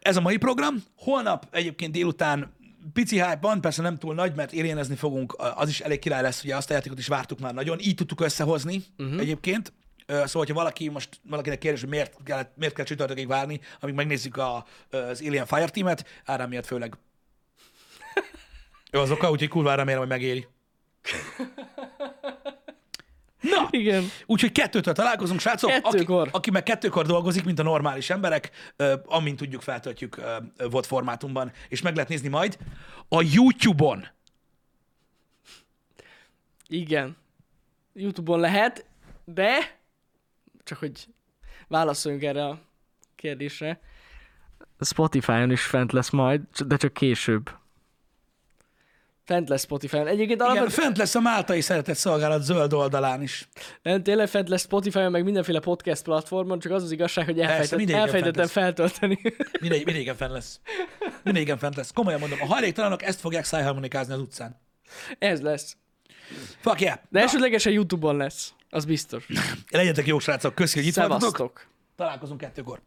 Speaker 1: ez a mai program. Holnap egyébként délután pici hype van, persze nem túl nagy, mert érénezni fogunk, az is elég király lesz, ugye azt a játékot is vártuk már nagyon, így tudtuk összehozni uh-huh. egyébként. Ö, Szóval, hogyha valaki most valakinek kérdés, hogy miért kell, miért kell csütörtökig várni, amíg megnézzük a, az Alien Fire Team-et, Ádám miatt főleg. Ő az oka, úgyhogy kurvára remélem, hogy megéri. Na,
Speaker 2: Igen.
Speaker 1: Úgyhogy kettőtől találkozunk, srácok.
Speaker 2: Kettőkor.
Speaker 1: Aki, aki meg kettőkor dolgozik, mint a normális emberek, ö, amint tudjuk, feltöltjük ö, ö, VOD formátumban, és meg lehet nézni majd a YouTube-on.
Speaker 2: Igen. Youtube-on lehet, de csak hogy válaszoljunk erre a kérdésre. Spotify-on is fent lesz majd, c- de csak később. Fent lesz Spotify-on. Egyébként
Speaker 1: Igen,
Speaker 2: alapvetően
Speaker 1: fent lesz a Máltai Szeretett Szolgálat zöld oldalán is.
Speaker 2: nem, tényleg fent lesz Spotify-on, meg mindenféle podcast platformon, csak az az igazság, hogy elfejtett,
Speaker 1: mindegyiken fent
Speaker 2: elfejtettem feltölteni. (laughs)
Speaker 1: Mindegy, mindegyiken fent lesz. Mindegyiken fent lesz. Komolyan mondom, a hajléktalanok ezt fogják szájharmonikázni az utcán.
Speaker 2: Ez lesz.
Speaker 1: Fuck yeah.
Speaker 2: De elsődlegesen Youtube-on lesz. Az biztos.
Speaker 1: Legyetek jó srácok, köszi, hogy itt voltatok.
Speaker 2: Szevasztok.
Speaker 1: Találkozunk kettőkor.